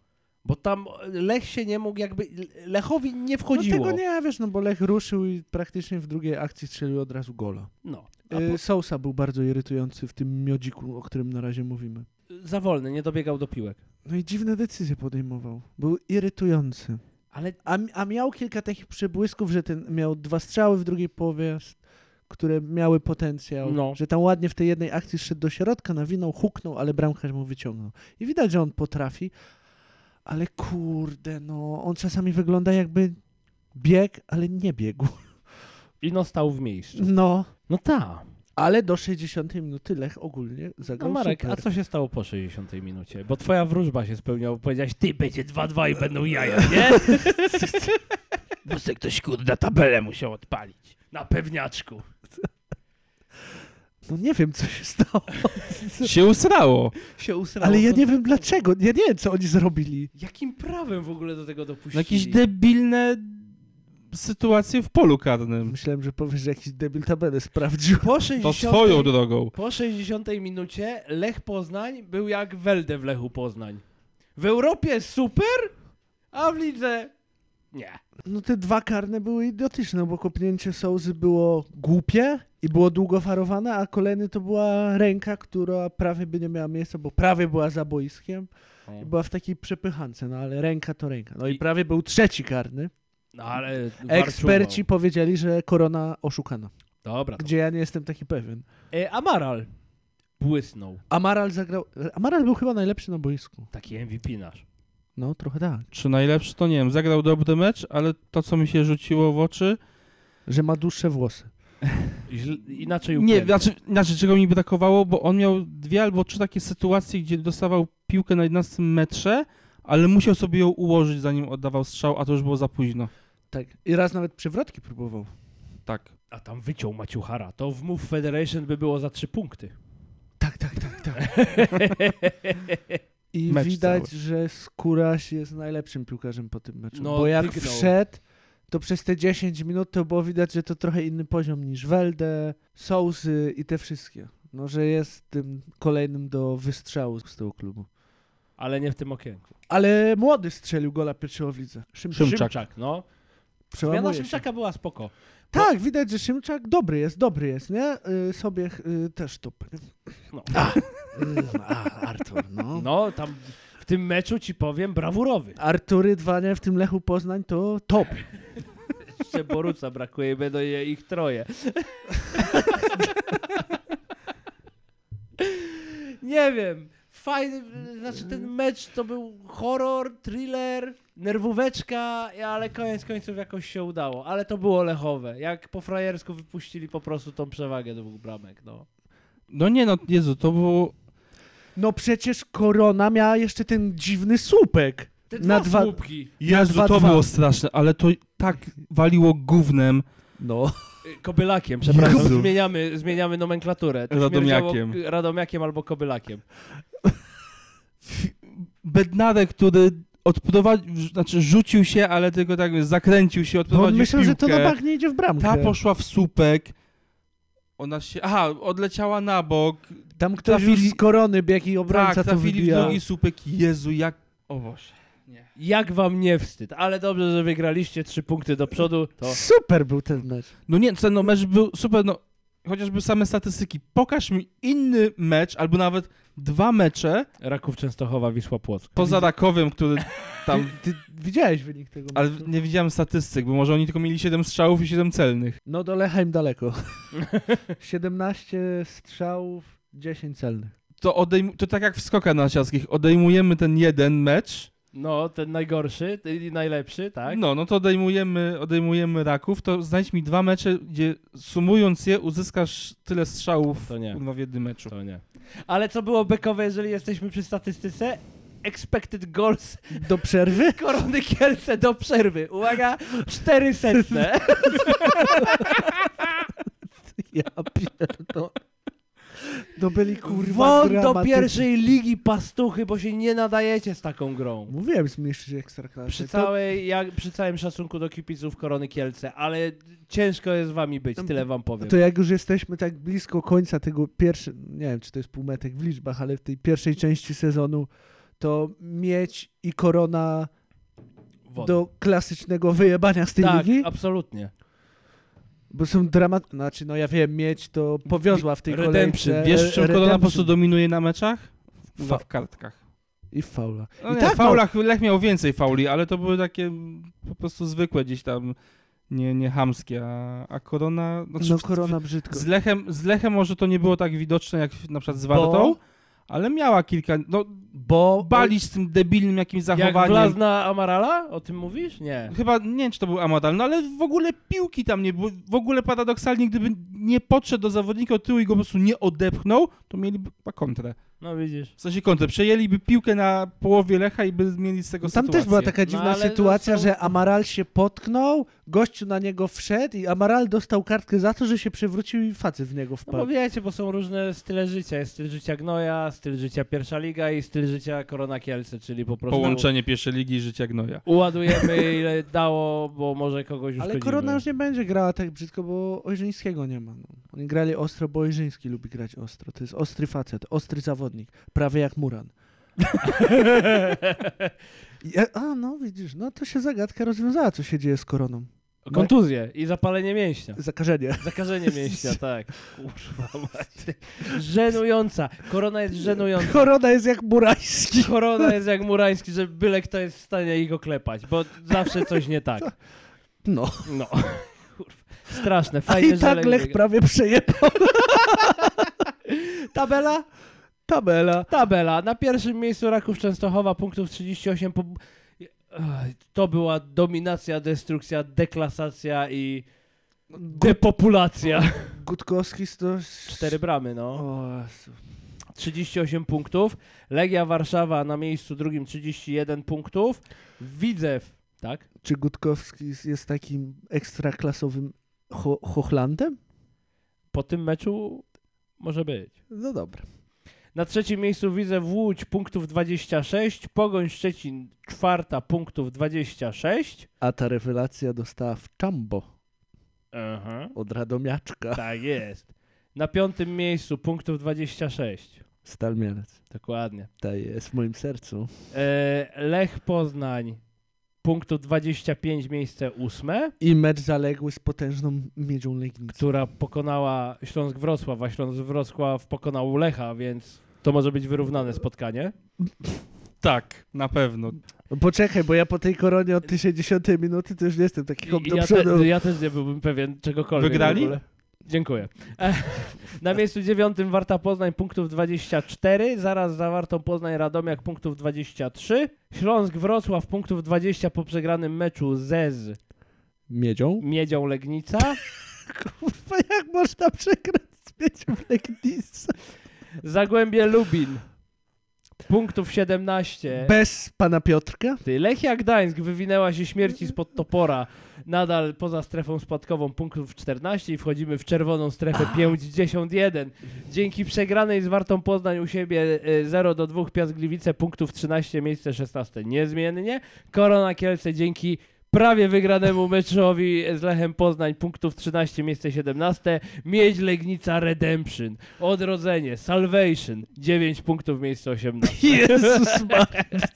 Speaker 1: Bo tam e, Lech się nie mógł jakby... Lechowi nie
Speaker 2: No
Speaker 1: wchodziło.
Speaker 2: tego nie wiesz, no bo Lech ruszył i praktycznie w drugiej akcji strzelił od razu gola.
Speaker 1: No. A
Speaker 2: Y, Sousa był bardzo irytujący w tym miodziku, o którym na razie mówimy.
Speaker 1: po... Za wolny, nie dobiegał do piłek.
Speaker 2: No i dziwne decyzje podejmował. Był irytujący.
Speaker 1: Ale
Speaker 2: A, a miał kilka takich przebłysków, że ten miał dwa strzały w drugiej połowie, s- które miały potencjał.
Speaker 1: No.
Speaker 2: Że tam ładnie w tej jednej akcji szedł do środka, nawinął, huknął, ale bramkarz mu wyciągnął. I widać, że on potrafi, ale kurde, no on czasami wygląda jakby biegł, ale nie biegł.
Speaker 1: Ino stał w miejscu.
Speaker 2: No.
Speaker 1: No ta.
Speaker 2: Ale do 60 minuty Lech ogólnie
Speaker 1: No
Speaker 2: zagrał
Speaker 1: Marek,
Speaker 2: super.
Speaker 1: a co się stało po 60 minucie? Bo twoja wróżba się spełniła, bo powiedziałeś, ty będzie 2-2 i będą jaja, nie? bo se ktoś kurde tabelę musiał odpalić. Na pewniaczku.
Speaker 2: No nie wiem, co się stało,
Speaker 3: Się usrało.
Speaker 1: Się usrało.
Speaker 2: ale ja nie wiem dlaczego, ja nie wiem, co oni zrobili.
Speaker 1: Jakim prawem w ogóle do tego dopuścili?
Speaker 3: No Jakieś debilne sytuacje w polu karnym.
Speaker 2: Myślałem, że powiesz, że jakiś debil tabelę sprawdził.
Speaker 1: po
Speaker 3: To
Speaker 1: 60...
Speaker 3: swoją drogą.
Speaker 1: Po 60 minucie Lech Poznań był jak Welde w Lechu Poznań. W Europie super, a w lidze nie.
Speaker 2: No te dwa karne były idiotyczne, bo kopnięcie Sołzy było głupie i było długo farowane, a kolejny to była ręka, która prawie by nie miała miejsca, bo prawie była za boiskiem i była w takiej przepychance, no ale ręka to ręka. No i,
Speaker 1: I-
Speaker 2: prawie był trzeci karny.
Speaker 1: No ale
Speaker 2: Eksperci powiedzieli, że korona oszukana,
Speaker 1: Dobra.
Speaker 2: gdzie ja nie jestem taki pewien.
Speaker 1: E, Amaral błysnął.
Speaker 2: Amaral zagrał... Amaral był chyba najlepszy na boisku.
Speaker 1: Taki MVP nasz.
Speaker 2: No, trochę tak.
Speaker 3: Czy najlepszy, to nie wiem. Zagrał dobry mecz, ale to, co mi się rzuciło w oczy,
Speaker 2: Że ma dłuższe włosy.
Speaker 1: Źle- inaczej
Speaker 3: Nie,
Speaker 1: upięty.
Speaker 3: znaczy, znaczy czego mi brakowało, bo on miał dwie albo trzy takie sytuacje, gdzie dostawał piłkę na 11 metrze, ale musiał sobie ją ułożyć, zanim oddawał strzał, a to już było za późno.
Speaker 2: Tak. I raz nawet przywrotki próbował.
Speaker 3: Tak.
Speaker 1: A tam wyciął Maciuchara. To w Move Federation by było za trzy punkty.
Speaker 2: Tak, tak, tak, tak. I
Speaker 3: Mecz
Speaker 2: widać,
Speaker 3: cały.
Speaker 2: że Skóraś jest najlepszym piłkarzem po tym meczu.
Speaker 1: No,
Speaker 2: bo jak
Speaker 1: dygnął.
Speaker 2: wszedł, to przez te 10 minut to było widać, że to trochę inny poziom niż Welde, Sousy i te wszystkie. No, że jest tym kolejnym do wystrzału z tego klubu.
Speaker 1: Ale nie w tym okienku.
Speaker 2: Ale młody strzelił gola pierwszego w lidze. Szym...
Speaker 3: Szymczak.
Speaker 1: no.
Speaker 2: przełamuje
Speaker 1: Zmiana
Speaker 2: się.
Speaker 1: Szymczaka była spoko.
Speaker 2: Tak, widać, że Szymczak dobry jest, dobry jest, nie? Y, sobie y, też to...
Speaker 1: No.
Speaker 2: A, Artur, no.
Speaker 1: no, tam w tym meczu ci powiem brawurowy.
Speaker 2: Artury Dwania w tym Lechu Poznań to top.
Speaker 1: Jeszcze Boruca brakuje, będą je ich troje. Nie wiem. Fajny, znaczy ten mecz to był horror, thriller, nerwóweczka, ale koniec końców jakoś się udało. Ale to było lechowe. Jak po frajersku wypuścili po prostu tą przewagę dwóch bramek, no.
Speaker 3: No nie no, Jezu, to było...
Speaker 2: No przecież korona miała jeszcze ten dziwny słupek.
Speaker 1: Te
Speaker 2: Na
Speaker 1: dwa,
Speaker 2: dwa-
Speaker 1: słupki.
Speaker 3: Jezu,
Speaker 2: dwa,
Speaker 3: to
Speaker 2: dwa.
Speaker 3: było straszne, ale to tak waliło gównem.
Speaker 2: No.
Speaker 1: Y, Kobylakiem, przepraszam.
Speaker 3: Jezu.
Speaker 1: Zmieniamy, zmieniamy nomenklaturę. To
Speaker 3: Radomiakiem.
Speaker 1: śmierdziało, y, Radomiakiem albo kobylakiem.
Speaker 3: F- Bednarek, który odprowadził, znaczy rzucił się, ale tylko tak wiesz, zakręcił się,
Speaker 2: Bo
Speaker 3: odprowadził
Speaker 2: No on myślał, że
Speaker 3: piłkę.
Speaker 2: to na bagnie idzie w bramkę.
Speaker 3: Ta poszła w słupek. Ona się... Aha, odleciała na bok.
Speaker 2: Tam ktoś
Speaker 3: trafili-
Speaker 2: już z korony biegł i obrońca
Speaker 3: tak,
Speaker 2: to
Speaker 3: trafili w
Speaker 2: wybija.
Speaker 3: drugi słupek. Jezu, jak... O Boże.
Speaker 1: Jak wam nie wstyd, ale dobrze, że wygraliście trzy punkty do przodu, to
Speaker 2: Super był ten mecz.
Speaker 3: No nie, co, no mecz był super, no chociażby same statystyki, pokaż mi inny mecz, albo nawet dwa mecze
Speaker 1: Raków Częstochowa, Wisła Płock.
Speaker 3: poza Rakowem, który tam...
Speaker 2: Ty widziałeś wynik tego
Speaker 3: Ale
Speaker 2: meczu?
Speaker 3: nie widziałem statystyk, bo może oni tylko mieli 7 strzałów i 7 celnych.
Speaker 2: No do Lechaim daleko. 17 strzałów, 10 celnych.
Speaker 3: To, odejm- to tak jak w skokach narciarskich, odejmujemy ten jeden mecz,
Speaker 1: No, ten najgorszy, ten i najlepszy, tak?
Speaker 3: no, no to odejmujemy, odejmujemy Raków, to znajdź mi dwa mecze, gdzie sumując je uzyskasz tyle strzałów
Speaker 1: To nie.
Speaker 3: kurwa, w jednym meczu.
Speaker 1: To nie. Ale co było bekowe, jeżeli jesteśmy przy statystyce? Expected goals
Speaker 2: Do przerwy?
Speaker 1: Korony Kielce do przerwy. Uwaga, 400.
Speaker 2: Ja pierdolę. To byli kurwa
Speaker 1: Won do
Speaker 2: dramatyczni.
Speaker 1: pierwszej ligi pastuchy, bo się nie nadajecie z taką grą.
Speaker 2: Mówiłem zmniejszyć ekstraklasę.
Speaker 1: Przy,
Speaker 2: To-
Speaker 1: całej, jak, przy całym szacunku do kibiców Korony Kielce, ale ciężko jest z wami być, tyle wam powiem.
Speaker 2: No To jak już jesteśmy tak blisko końca tego pierwszego, nie wiem czy to jest półmetek w liczbach, ale w tej pierwszej części sezonu, to mieć i korona
Speaker 1: Won.
Speaker 2: do klasycznego wyjebania z tej
Speaker 1: tak,
Speaker 2: ligi,
Speaker 1: absolutnie.
Speaker 2: bo są dramat... Znaczy, no ja wiem, mieć to powiozła w tej
Speaker 1: Redemption.
Speaker 2: kolejce.
Speaker 3: Wiesz, czym Korona po prostu
Speaker 2: E, Redemption.
Speaker 3: dominuje na meczach? Kurwa,
Speaker 2: Fa-
Speaker 3: w kartkach.
Speaker 2: I w faula.
Speaker 3: No
Speaker 2: I
Speaker 3: nie,
Speaker 2: tak,
Speaker 3: w faulach Lech miał więcej fauli, ale to były takie mm, po prostu zwykłe gdzieś tam, nie, nie hamskie, a, a Korona...
Speaker 2: No,
Speaker 3: Znaczy,
Speaker 2: no
Speaker 3: w-
Speaker 2: korona
Speaker 3: w-
Speaker 2: brzydko.
Speaker 3: Z Lechem, z Lechem może to nie było tak widoczne jak w- na przykład z Wartą, ale miała kilka... No,
Speaker 2: Bo...
Speaker 3: bali z tym debilnym jakimś
Speaker 1: Jak
Speaker 3: zachowaniem.
Speaker 1: wlazł na Amarala? O tym mówisz? Nie.
Speaker 3: Chyba, nie wiem, czy to był Amadal, no ale w ogóle piłki tam nie było. W ogóle paradoksalnie, gdyby nie podszedł do zawodnika od tyłu i go po prostu nie odepchnął, to mieliby chyba kontrę.
Speaker 1: No widzisz.
Speaker 3: W sensie kontrę. Przejęliby piłkę na połowie Lecha i by mieli z tego
Speaker 2: No
Speaker 3: No,
Speaker 2: Tam
Speaker 3: sytuację.
Speaker 2: też była taka dziwna
Speaker 1: ale to
Speaker 2: sytuacja,
Speaker 1: są-
Speaker 2: że Amaral się potknął, gościu na niego wszedł i Amaral dostał kartkę za to, że się przewrócił i facet w niego
Speaker 1: No bo
Speaker 2: wpadł.
Speaker 1: wiecie, bo są różne style życia. Jest styl życia Gnoja, styl życia Pierwsza Liga i styl życia Korona Kielce, czyli po prostu...
Speaker 3: Połączenie pierwszej ligi i życia Gnoja.
Speaker 1: Uładujemy ile dało, bo może kogoś już
Speaker 2: Ale Korona już nie będzie grała tak brzydko, bo Ojrzyńskiego nie ma. No. Oni grali ostro, bo Ojrzyński lubi grać ostro. To jest ostry facet, ostry zawodnik, prawie jak Muran. Ja, a, no widzisz, no to się zagadka rozwiązała, co się dzieje z Koroną.
Speaker 1: Kontuzje i zapalenie mięśnia.
Speaker 2: Zakażenie.
Speaker 1: Zakażenie mięśnia, tak. Kurwa mać. Żenująca. Korona jest żenująca.
Speaker 2: Korona jest jak Murański.
Speaker 1: Korona jest jak Murański, że byle kto jest w stanie ich oklepać, bo zawsze coś nie tak.
Speaker 2: No.
Speaker 1: No. Kurwa. Straszne,
Speaker 2: A
Speaker 1: fajne,
Speaker 2: i tak
Speaker 1: że
Speaker 2: Lech prawie przejebał. Tabela? Tabela.
Speaker 1: Tabela. Na pierwszym miejscu Raków Częstochowa, punktów 38. Po... Ej, To była dominacja, destrukcja, deklasacja i depopulacja.
Speaker 2: No, Gutkowski 100...
Speaker 1: Cztery bramy, no.
Speaker 2: O, Jezu.
Speaker 1: 38 punktów. Legia Warszawa na miejscu drugim 31 punktów. Widzew, tak?
Speaker 2: Czy Gutkowski jest takim ekstraklasowym cho- chochlandem?
Speaker 1: Po tym meczu może być.
Speaker 2: No dobra.
Speaker 1: Na trzecim miejscu Widzew Łódź punktów 26. Pogoń Szczecin czwarta punktów 26.
Speaker 2: A ta rewelacja dostała w czambo
Speaker 1: Aha.
Speaker 2: od Radomiaczka.
Speaker 1: Tak jest. Na piątym miejscu punktów 26.
Speaker 2: Stal Mielec.
Speaker 1: Dokładnie.
Speaker 2: Ta jest w moim sercu.
Speaker 1: E, Lech Poznań punktów 25 miejsce ósme.
Speaker 2: I mecz zaległy z potężną Miedzią Legnicy.
Speaker 1: która pokonała Śląsk Wrocław, a Śląsk Wrocław pokonał Lecha, więc to może być wyrównane spotkanie.
Speaker 3: Tak, na pewno.
Speaker 2: No Poczekaj, bo ja po tej koronie od 1010 minuty to już nie jestem taki hop
Speaker 1: I,
Speaker 2: do
Speaker 1: ja,
Speaker 2: przodu.
Speaker 1: te, ja też nie byłbym pewien czegokolwiek.
Speaker 3: Wygrali?
Speaker 1: w ogóle. Dziękuję. E, Na miejscu dziewiątym Warta Poznań punktów 24, zaraz za Wartą Poznań Radomiak punktów 23, Śląsk Wrocław punktów 20 po przegranym meczu ze z
Speaker 2: Miedzią?
Speaker 1: Miedzią Legnica.
Speaker 2: Kurwa, jak można przegrać z Miedzią Legnicy?
Speaker 1: Zagłębie Lubin punktów 17.
Speaker 2: Bez pana Piotrka?
Speaker 1: Ty, Lechia Gdańsk wywinęła się śmierci spod topora. Nadal poza strefą spadkową punktów 14 i wchodzimy w czerwoną strefę 51. Dzięki przegranej z Wartą Poznań u siebie e, 0 do 2 Piast Gliwice punktów 13, miejsce 16 niezmiennie. Korona Kielce dzięki prawie wygranemu meczowi z Lechem Poznań punktów 13, miejsce 17. Miedź Legnica Redemption, Odrodzenie, Salvation 9 punktów, miejsce 18.
Speaker 2: Jezus Maria.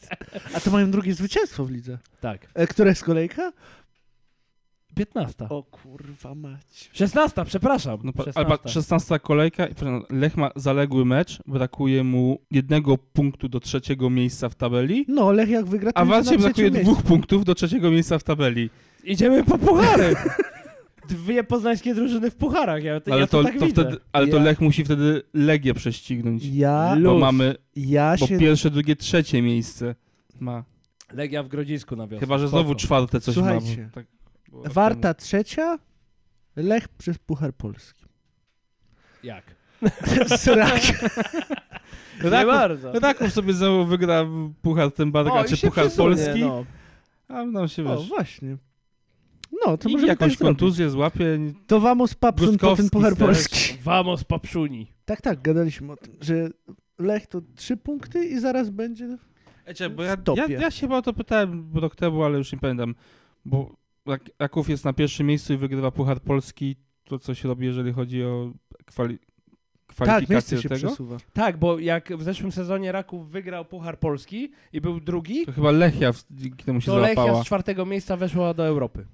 Speaker 2: A to mają drugie zwycięstwo w lidze.
Speaker 1: Tak.
Speaker 2: E, która jest kolejka? 15.
Speaker 4: O kurwa mać.
Speaker 1: 16, przepraszam.
Speaker 3: No, pa-
Speaker 1: 16.
Speaker 3: albo 16 kolejka, i przepraszam, Lech ma zaległy mecz, brakuje mu jednego punktu do trzeciego miejsca w tabeli,
Speaker 2: No, Lech jak wygra, to
Speaker 3: a Walcie
Speaker 2: będzie na
Speaker 3: brakuje
Speaker 2: trzecim miejscu.
Speaker 3: dwóch punktów do trzeciego miejsca w tabeli.
Speaker 1: Idziemy po puchary. Dwie poznańskie drużyny w pucharach, ja,
Speaker 3: Ale
Speaker 1: ja to,
Speaker 3: to,
Speaker 1: tak
Speaker 3: to
Speaker 1: widzę.
Speaker 3: wtedy, ale to
Speaker 2: Ja-
Speaker 3: Lech musi wtedy Legię prześcignąć.
Speaker 2: Ja,
Speaker 1: Lu-
Speaker 3: Bo
Speaker 1: Luz.
Speaker 3: mamy
Speaker 2: ja
Speaker 3: bo
Speaker 2: się...
Speaker 3: pierwsze, drugie, trzecie miejsce ma.
Speaker 1: Legia w Grodzisku na wiosnę.
Speaker 3: Chyba, że znowu
Speaker 1: Spoko.
Speaker 3: czwarte coś ma.
Speaker 2: Słuchajcie.
Speaker 3: Bo tak było rok
Speaker 2: Warta trzecia, Lech przez Puchar Polski.
Speaker 1: Jak?
Speaker 2: Srak.
Speaker 1: Nie
Speaker 3: Raków-
Speaker 1: bardzo.
Speaker 3: temu. Raków No sobie znowu wygra Puchar Tembarga
Speaker 1: O, i
Speaker 3: czy
Speaker 1: się
Speaker 3: Puchar
Speaker 1: przesunie,
Speaker 3: Polski,
Speaker 2: No.
Speaker 3: a nam się
Speaker 2: O,
Speaker 3: wiesz.
Speaker 2: właśnie. No, to
Speaker 3: I
Speaker 2: może
Speaker 3: jakąś
Speaker 2: jakąś kontuzję.
Speaker 3: kontuzję złapie.
Speaker 2: To Vamos Papszun po ten
Speaker 3: Bruskowski
Speaker 2: Puchar
Speaker 3: stary.
Speaker 2: Polski.
Speaker 1: Tak, Vamos papszuni.
Speaker 2: Tak, tak, gadaliśmy o tym, że Lech to trzy punkty i zaraz będzie...
Speaker 3: Ecie, bo
Speaker 2: W
Speaker 3: ja, ja,
Speaker 2: topie.
Speaker 3: ja się chyba o to pytałem rok temu, ale już nie pamiętam. Bo jak Raków jest na pierwszym miejscu i wygrywa Puchar Polski, to co się robi, jeżeli chodzi o kwali
Speaker 2: Tak,
Speaker 3: kwalifikację
Speaker 2: miejsce się
Speaker 3: tego?
Speaker 2: przesuwa.
Speaker 1: Tak, bo jak w zeszłym sezonie Raków wygrał Puchar Polski i był drugi,
Speaker 3: To chyba Lechia w- dzięki temu się
Speaker 1: to Lechia
Speaker 3: złapała.
Speaker 1: z czwartego miejsca weszła do Europy.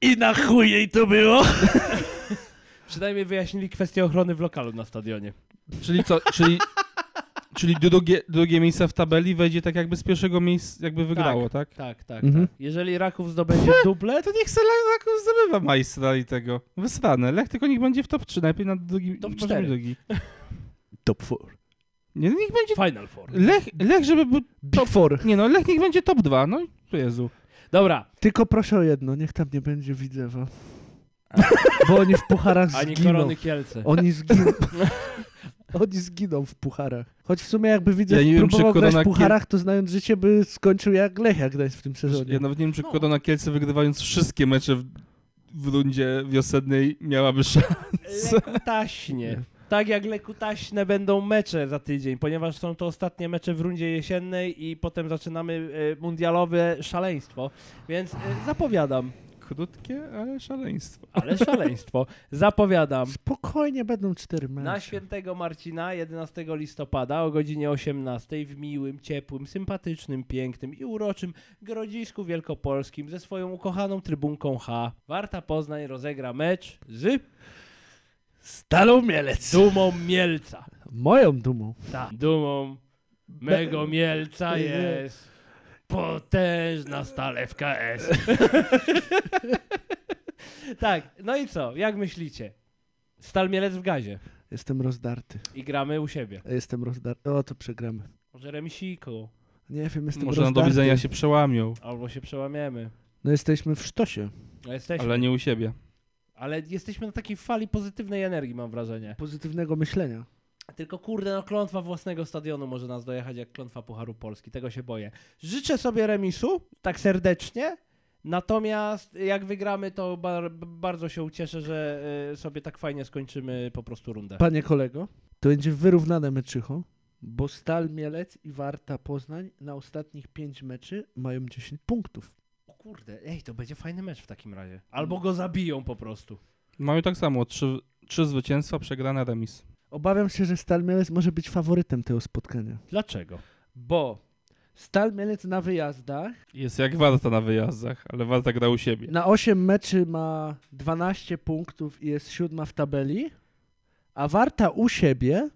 Speaker 2: I na chuj jej to było?
Speaker 1: Przynajmniej wyjaśnili kwestię ochrony w lokalu na stadionie.
Speaker 3: Czyli co, czyli, czyli drugie, drugie miejsce w tabeli wejdzie tak jakby z pierwszego miejsca, jakby wygrało, tak?
Speaker 1: Tak, tak,
Speaker 2: Mhm.
Speaker 1: tak. Jeżeli Raków zdobędzie dublet,
Speaker 3: To niech se Le- Raków zdobywa majstra i tego. Wysrane. Lech tylko niech będzie w top 3, najlepiej na drugim.
Speaker 1: Top
Speaker 3: może
Speaker 1: cztery.
Speaker 3: Drugi.
Speaker 2: Top 4.
Speaker 3: Nie, no niech będzie...
Speaker 1: Final Four.
Speaker 3: Lech, Lech, żeby był...
Speaker 2: Big 4.
Speaker 3: Nie no, Lech niech będzie top 2, no i- Jezu.
Speaker 1: Dobra.
Speaker 2: Tylko proszę o jedno, niech tam nie będzie Widzewa. Bo oni w pucharach
Speaker 1: Ani
Speaker 2: zginą.
Speaker 1: korony Kielce.
Speaker 2: Oni zginą. Oni zginą w pucharach. Choć w sumie jakby widzę,
Speaker 3: Ja nie
Speaker 2: ja
Speaker 3: wiem,
Speaker 2: próbował
Speaker 3: czy
Speaker 2: grać w
Speaker 3: Korona Kiel-
Speaker 2: pucharach, to znając życie by skończył jak Lechia Gdańsk w tym sezonie.
Speaker 3: Ja nawet nie wiem, czy
Speaker 1: No.
Speaker 3: Korona Kielce wygrywając wszystkie mecze w, w rundzie wiosennej miałaby szansę.
Speaker 1: E, Lekutaśnie. Tak jak lekutaśne będą mecze za tydzień, ponieważ są to ostatnie mecze w rundzie jesiennej i potem zaczynamy e, mundialowe szaleństwo. Więc e, zapowiadam,
Speaker 3: Krótkie, ale szaleństwo.
Speaker 1: ale szaleństwo, zapowiadam
Speaker 2: Spokojnie będą cztery mecze.
Speaker 1: na świętego Marcina 11 listopada o godzinie 18 w miłym, ciepłym, sympatycznym, pięknym i uroczym Grodzisku Wielkopolskim ze swoją ukochaną trybunką H. Warta Poznań rozegra mecz z
Speaker 2: Stalą Mielec. Tak.
Speaker 1: Dumą Mielca.
Speaker 2: Moją dumą.
Speaker 1: Ta. Dumą mego mielca jest potężna stalewka S. tak, no i co? Jak myślicie? Stal Mielec w gazie
Speaker 2: Jestem rozdarty.
Speaker 1: i gramy u siebie.
Speaker 2: Jestem rozdarty. O, to przegramy.
Speaker 1: Może remisiku,
Speaker 2: Nie wiem, jestem
Speaker 3: Może na
Speaker 2: rozdarty.
Speaker 3: do widzenia się przełamią,
Speaker 1: albo się przełamiemy.
Speaker 2: No jesteśmy w sztosie.
Speaker 1: No jesteśmy, ale...
Speaker 3: ale nie u siebie.
Speaker 1: jesteśmy na takiej fali pozytywnej energii, mam wrażenie.
Speaker 2: Pozytywnego myślenia.
Speaker 1: Tylko kurde, no klątwa własnego stadionu może nas dojechać jak klątwa Pucharu Polski, tego się boję. Życzę sobie remisu, tak serdecznie, natomiast jak wygramy, to bar- bardzo się ucieszę, że y, sobie tak fajnie skończymy po prostu rundę.
Speaker 2: Panie kolego, to będzie wyrównane meczycho, bo Stal Mielec i Warta Poznań na ostatnich 5 meczy mają 10 punktów.
Speaker 1: O kurde, ej, to będzie fajny mecz w takim razie. Albo go zabiją po prostu.
Speaker 3: Mamy tak samo, trzy, trzy zwycięstwa, przegrana, remis.
Speaker 2: Obawiam się, że Stal Mielec może być faworytem tego spotkania,
Speaker 1: Dlaczego?
Speaker 2: bo Stal Mielec na wyjazdach
Speaker 3: Jest jak Warta na wyjazdach, ale Warta gra u siebie.
Speaker 2: na 8 meczy ma 12 punktów i jest siódma w tabeli, a Warta u siebie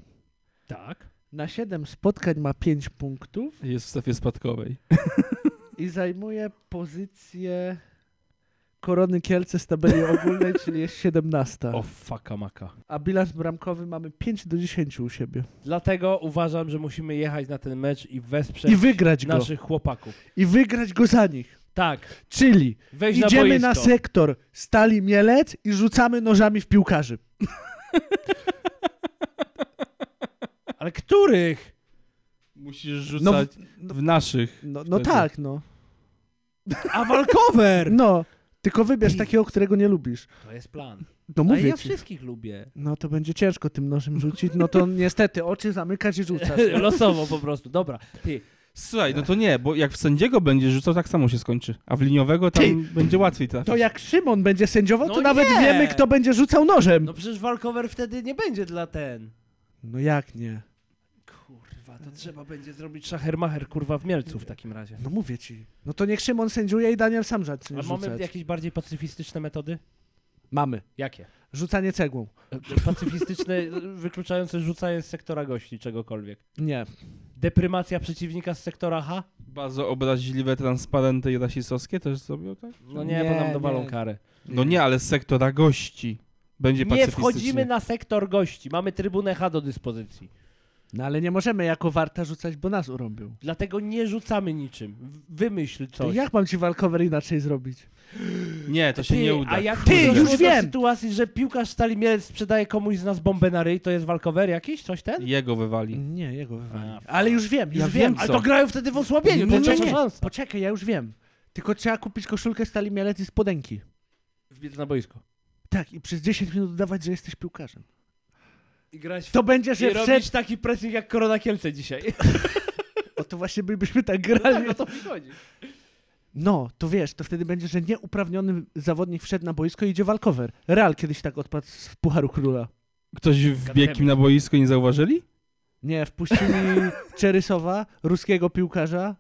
Speaker 1: Tak.
Speaker 2: na 7 spotkań ma 5 punktów
Speaker 3: Jest w strefie spadkowej.
Speaker 2: i zajmuje pozycję Korony Kielce z tabeli ogólnej, czyli jest 17.
Speaker 1: O faka maka.
Speaker 2: A bilans bramkowy mamy 5 do 10 u siebie.
Speaker 1: Dlatego uważam, że musimy jechać na ten mecz i wesprzeć
Speaker 2: I wygrać go.
Speaker 1: naszych chłopaków.
Speaker 2: I wygrać go za nich.
Speaker 1: Tak,
Speaker 2: Czyli
Speaker 1: weź na
Speaker 2: idziemy
Speaker 1: boisko.
Speaker 2: na sektor Stali Mielec i rzucamy nożami w piłkarzy.
Speaker 1: Ale których?
Speaker 3: Musisz
Speaker 2: No,
Speaker 3: rzucać
Speaker 2: w-
Speaker 3: w, naszych.
Speaker 2: no, no
Speaker 3: wtedy.
Speaker 2: tak, no.
Speaker 1: A walkover!
Speaker 2: No, tylko wybierz takiego, którego nie lubisz.
Speaker 1: To jest plan.
Speaker 2: No
Speaker 1: Ale
Speaker 2: mówię
Speaker 1: ja
Speaker 2: ci.
Speaker 1: wszystkich lubię.
Speaker 2: No to będzie ciężko tym nożem rzucić. No to niestety oczy zamykasz i rzucasz.
Speaker 1: Losowo po prostu, dobra. Ty,
Speaker 3: Słuchaj, no to nie, bo jak w sędziego będziesz rzucał, tak samo się skończy. A w liniowego tam
Speaker 2: Ty!
Speaker 3: będzie łatwiej trafić.
Speaker 2: To jak Szymon będzie sędziował,
Speaker 1: No
Speaker 2: to nawet
Speaker 1: nie!
Speaker 2: wiemy, kto będzie rzucał nożem.
Speaker 1: no przecież walkover wtedy nie będzie dla ten.
Speaker 2: No jak nie?
Speaker 1: Kurwa, to trzeba będzie zrobić szachermacher, kurwa, w Mielcu w takim razie.
Speaker 2: No mówię ci. No to niech Szymon sędziuje i Daniel sam zacznie
Speaker 1: A mamy
Speaker 2: rzucać.
Speaker 1: jakieś bardziej pacyfistyczne metody?
Speaker 2: Mamy.
Speaker 1: Jakie?
Speaker 2: Rzucanie cegłą.
Speaker 1: Pacyfistyczne, wykluczające rzucanie z sektora gości czegokolwiek.
Speaker 2: Nie.
Speaker 1: Deprymacja przeciwnika z sektora H?
Speaker 3: Bardzo obraźliwe transparenty i rasistowskie też zrobią, tak?
Speaker 1: No nie, bo nam dowalą karę.
Speaker 3: No nie, ale z sektora gości. Będzie
Speaker 1: Nie
Speaker 3: pacyfistycznie.
Speaker 1: wchodzimy na sektor gości. Mamy trybunę H do dyspozycji.
Speaker 2: No ale nie możemy jako warta rzucać, bo nas urąbił.
Speaker 1: Dlatego nie rzucamy niczym. W- Wymyśl
Speaker 2: To
Speaker 1: coś.
Speaker 2: jak mam ci walkover inaczej zrobić?
Speaker 3: Nie, to się
Speaker 1: Ty,
Speaker 3: nie uda.
Speaker 1: A jak
Speaker 2: Ty,
Speaker 1: doszło
Speaker 2: już
Speaker 1: do
Speaker 2: wiem!
Speaker 1: sytuacji, że piłkarz Stali Mielec sprzedaje komuś z nas bombę na ryj, to jest walkover jakiś? Coś ten?
Speaker 3: Jego
Speaker 1: Mm.
Speaker 3: wywali.
Speaker 2: Nie, jego wywali.
Speaker 1: A,
Speaker 2: Ale już wiem, już
Speaker 3: Ja
Speaker 2: wiem.
Speaker 3: wiem,
Speaker 1: Ale
Speaker 3: co?
Speaker 1: to grają wtedy w osłabieniu,
Speaker 2: Nie,
Speaker 1: to
Speaker 2: nie,
Speaker 1: trzecia
Speaker 2: nie.
Speaker 1: szansa.
Speaker 2: Poczekaj, ja już wiem. Tylko trzeba kupić koszulkę Stali Mielec i spodenki.
Speaker 1: Wbiec na boisko.
Speaker 2: Tak, i przez 10 minut udawać, że jesteś piłkarzem.
Speaker 1: I grać w...
Speaker 2: To będzie, że
Speaker 1: I
Speaker 2: wszedł...
Speaker 1: robić taki pressing jak Korona Kielce dzisiaj.
Speaker 2: O, No to właśnie by- byśmy tak grali.
Speaker 1: o to mi chodzi.
Speaker 2: No, to wiesz, to wtedy będzie, że nieuprawniony zawodnik wszedł na boisko i idzie walkover. Real kiedyś tak odpadł z Pucharu Króla.
Speaker 3: Ktoś
Speaker 1: Goddammit.
Speaker 3: wbiegł im na boisko, nie zauważyli?
Speaker 2: Nie, wpuścili Czerysowa, ruskiego piłkarza.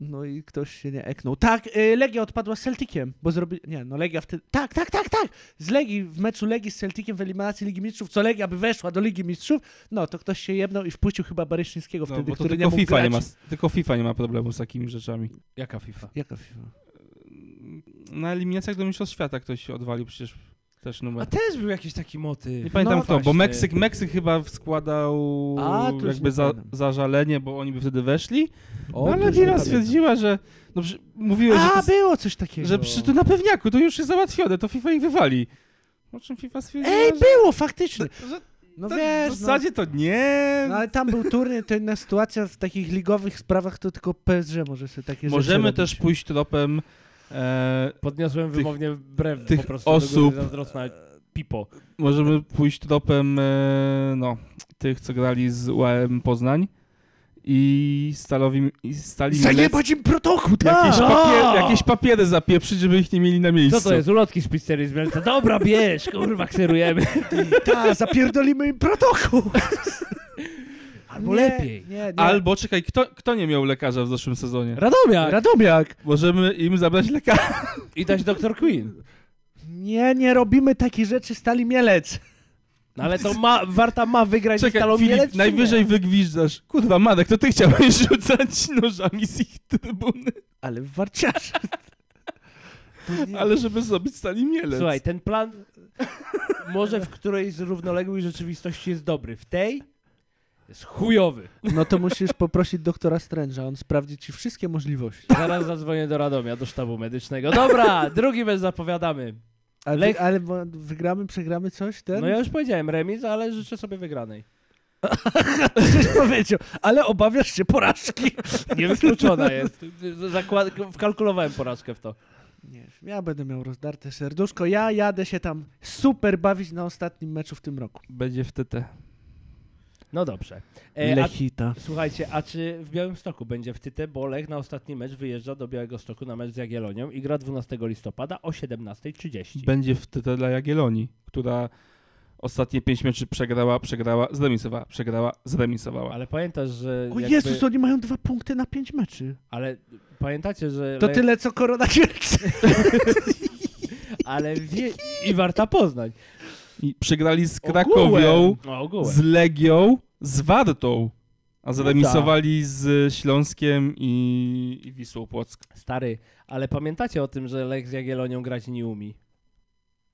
Speaker 2: No i ktoś się nie eknął. Tak, y, Legia odpadła z Celticiem, bo zrobi... Nie, no Legia wtedy... Tak, tak, tak, tak! Z Legii, w meczu Legii z Celticiem w eliminacji Ligi Mistrzów, co Legia by weszła do Ligi Mistrzów, no to ktoś się jebnął i wpuścił chyba Baryszyńskiego
Speaker 3: No,
Speaker 2: wtedy,
Speaker 3: bo to
Speaker 2: który nie
Speaker 3: tylko
Speaker 2: mógł
Speaker 3: FIFA
Speaker 2: grać.
Speaker 3: nie ma, tylko FIFA nie ma problemu z takimi rzeczami.
Speaker 1: Jaka FIFA?
Speaker 2: Jaka FIFA?
Speaker 3: Na eliminacjach do Mistrzostw Świata ktoś się odwalił przecież też
Speaker 1: A
Speaker 3: numer.
Speaker 1: też był jakiś taki motyw.
Speaker 3: Nie pamiętam
Speaker 1: No
Speaker 3: kto, bo
Speaker 1: właśnie.
Speaker 3: Meksyk, Meksyk chyba składał
Speaker 2: A, to już nie
Speaker 3: jakby za,
Speaker 2: pamiętam.
Speaker 3: zażalenie, bo oni by wtedy weszli.
Speaker 2: O,
Speaker 3: no,
Speaker 2: to już
Speaker 3: ale
Speaker 2: nie
Speaker 3: Dina
Speaker 2: pamiętam.
Speaker 3: stwierdziła, że... No, przy, mówiłeś, że,
Speaker 2: A,
Speaker 3: to,
Speaker 2: było coś takiego.
Speaker 3: że przy, to na pewniaku, to już jest załatwione, to FIFA ich wywali. O czym FIFA stwierdziła,
Speaker 2: Ej,
Speaker 3: że,
Speaker 2: było, faktycznie.
Speaker 3: że
Speaker 2: No
Speaker 3: to
Speaker 2: wiesz,
Speaker 3: w zasadzie to nie...
Speaker 2: no, no ale tam był turniej, to inna sytuacja w takich ligowych sprawach, to tylko PSG może sobie takie rzeczy
Speaker 3: Możemy
Speaker 2: robić.
Speaker 3: też pójść tropem e,
Speaker 1: Podniosłem
Speaker 3: Tych-
Speaker 1: wymownie brew
Speaker 3: tych
Speaker 1: po prostu do
Speaker 3: osób-
Speaker 1: góry zazdrosna pipo.
Speaker 3: Możemy pójść tropem e, no, tych, co grali z UAM Poznań i Stalowi i Stali Mielec.
Speaker 2: Zajebać im protokół, tak!
Speaker 3: Jakieś,
Speaker 1: A!
Speaker 3: papier, jakieś papiery zapieprzyć, żeby ich nie mieli na miejscu.
Speaker 1: Co to jest? Ulotki z pizzerii z Mielca. Dobra, bierz, kurwa, kserujemy.
Speaker 2: Tak, zapierdolimy im protokół!
Speaker 1: Albo
Speaker 2: Nie,
Speaker 1: lepiej.
Speaker 2: Nie, nie.
Speaker 3: Albo czekaj, kto, kto nie miał lekarza w zeszłym sezonie?
Speaker 1: Radomiak!
Speaker 2: Radomiak!
Speaker 3: Możemy im zabrać lekarza.
Speaker 1: I dać Dr. Queen.
Speaker 2: Nie, nie robimy takich rzeczy, Stali Mielec.
Speaker 1: No ale to ma, Warta ma wygrać z
Speaker 3: Czekaj,
Speaker 1: Stalą
Speaker 3: Filip,
Speaker 1: Mielec, czy nie?
Speaker 3: najwyżej wygwizdasz. Kurwa, Madek, to ty chciałeś rzucać nożami z ich trybuny,
Speaker 2: Ale w warciarze. To nie-
Speaker 3: ale żeby zrobić Stali Mielec.
Speaker 1: Słuchaj, ten plan może w którejś z równoległych rzeczywistości jest dobry. W tej jest chujowy.
Speaker 2: No to musisz poprosić doktora Strange'a, on sprawdzi ci wszystkie możliwości.
Speaker 1: Zaraz zadzwonię do Radomia, do sztabu medycznego. Dobra, drugi mecz zapowiadamy.
Speaker 2: Ale, wy,
Speaker 1: Lech-
Speaker 2: ale bo- wygramy, przegramy coś? Ten?
Speaker 1: No ja już powiedziałem remis, ale życzę sobie wygranej.
Speaker 2: Coś powiedział, ale obawiasz się porażki.
Speaker 1: Niewykluczona jest. Zakład... Wkalkulowałem porażkę w to.
Speaker 2: Nie, ja będę miał rozdarte serduszko. Ja jadę się tam super bawić na ostatnim meczu w tym roku.
Speaker 3: Będzie w TT.
Speaker 1: No dobrze. E, a,
Speaker 2: Lechita.
Speaker 1: słuchajcie, a czy w Białymstoku będzie w Tytę, bo Lech na ostatni mecz wyjeżdża do Białegostoku na mecz z Jagiellonią i gra 12 listopada o 17.30.
Speaker 3: Będzie w tytule dla Jagiellonii, która ostatnie pięć meczy przegrała, przegrała, zremisowała, przegrała, zremisowała.
Speaker 1: Ale pamiętasz, że
Speaker 2: O
Speaker 1: jakby...
Speaker 2: Jezus, oni mają dwa punkty na pięć meczy.
Speaker 1: Ale pamiętacie, że...
Speaker 2: To
Speaker 1: Lech-
Speaker 2: tyle, co Korona Kielce.
Speaker 1: Ale wie... I Warta Poznań.
Speaker 3: I przegrali z Krakowią,
Speaker 1: No, ogółem.
Speaker 3: z Legią, z Wartą,
Speaker 2: No
Speaker 3: a zremisowali z Śląskiem i, i Wisłą Płock.
Speaker 1: Stary, ale pamiętacie o tym, że Lech z Jagiellonią grać nie umie?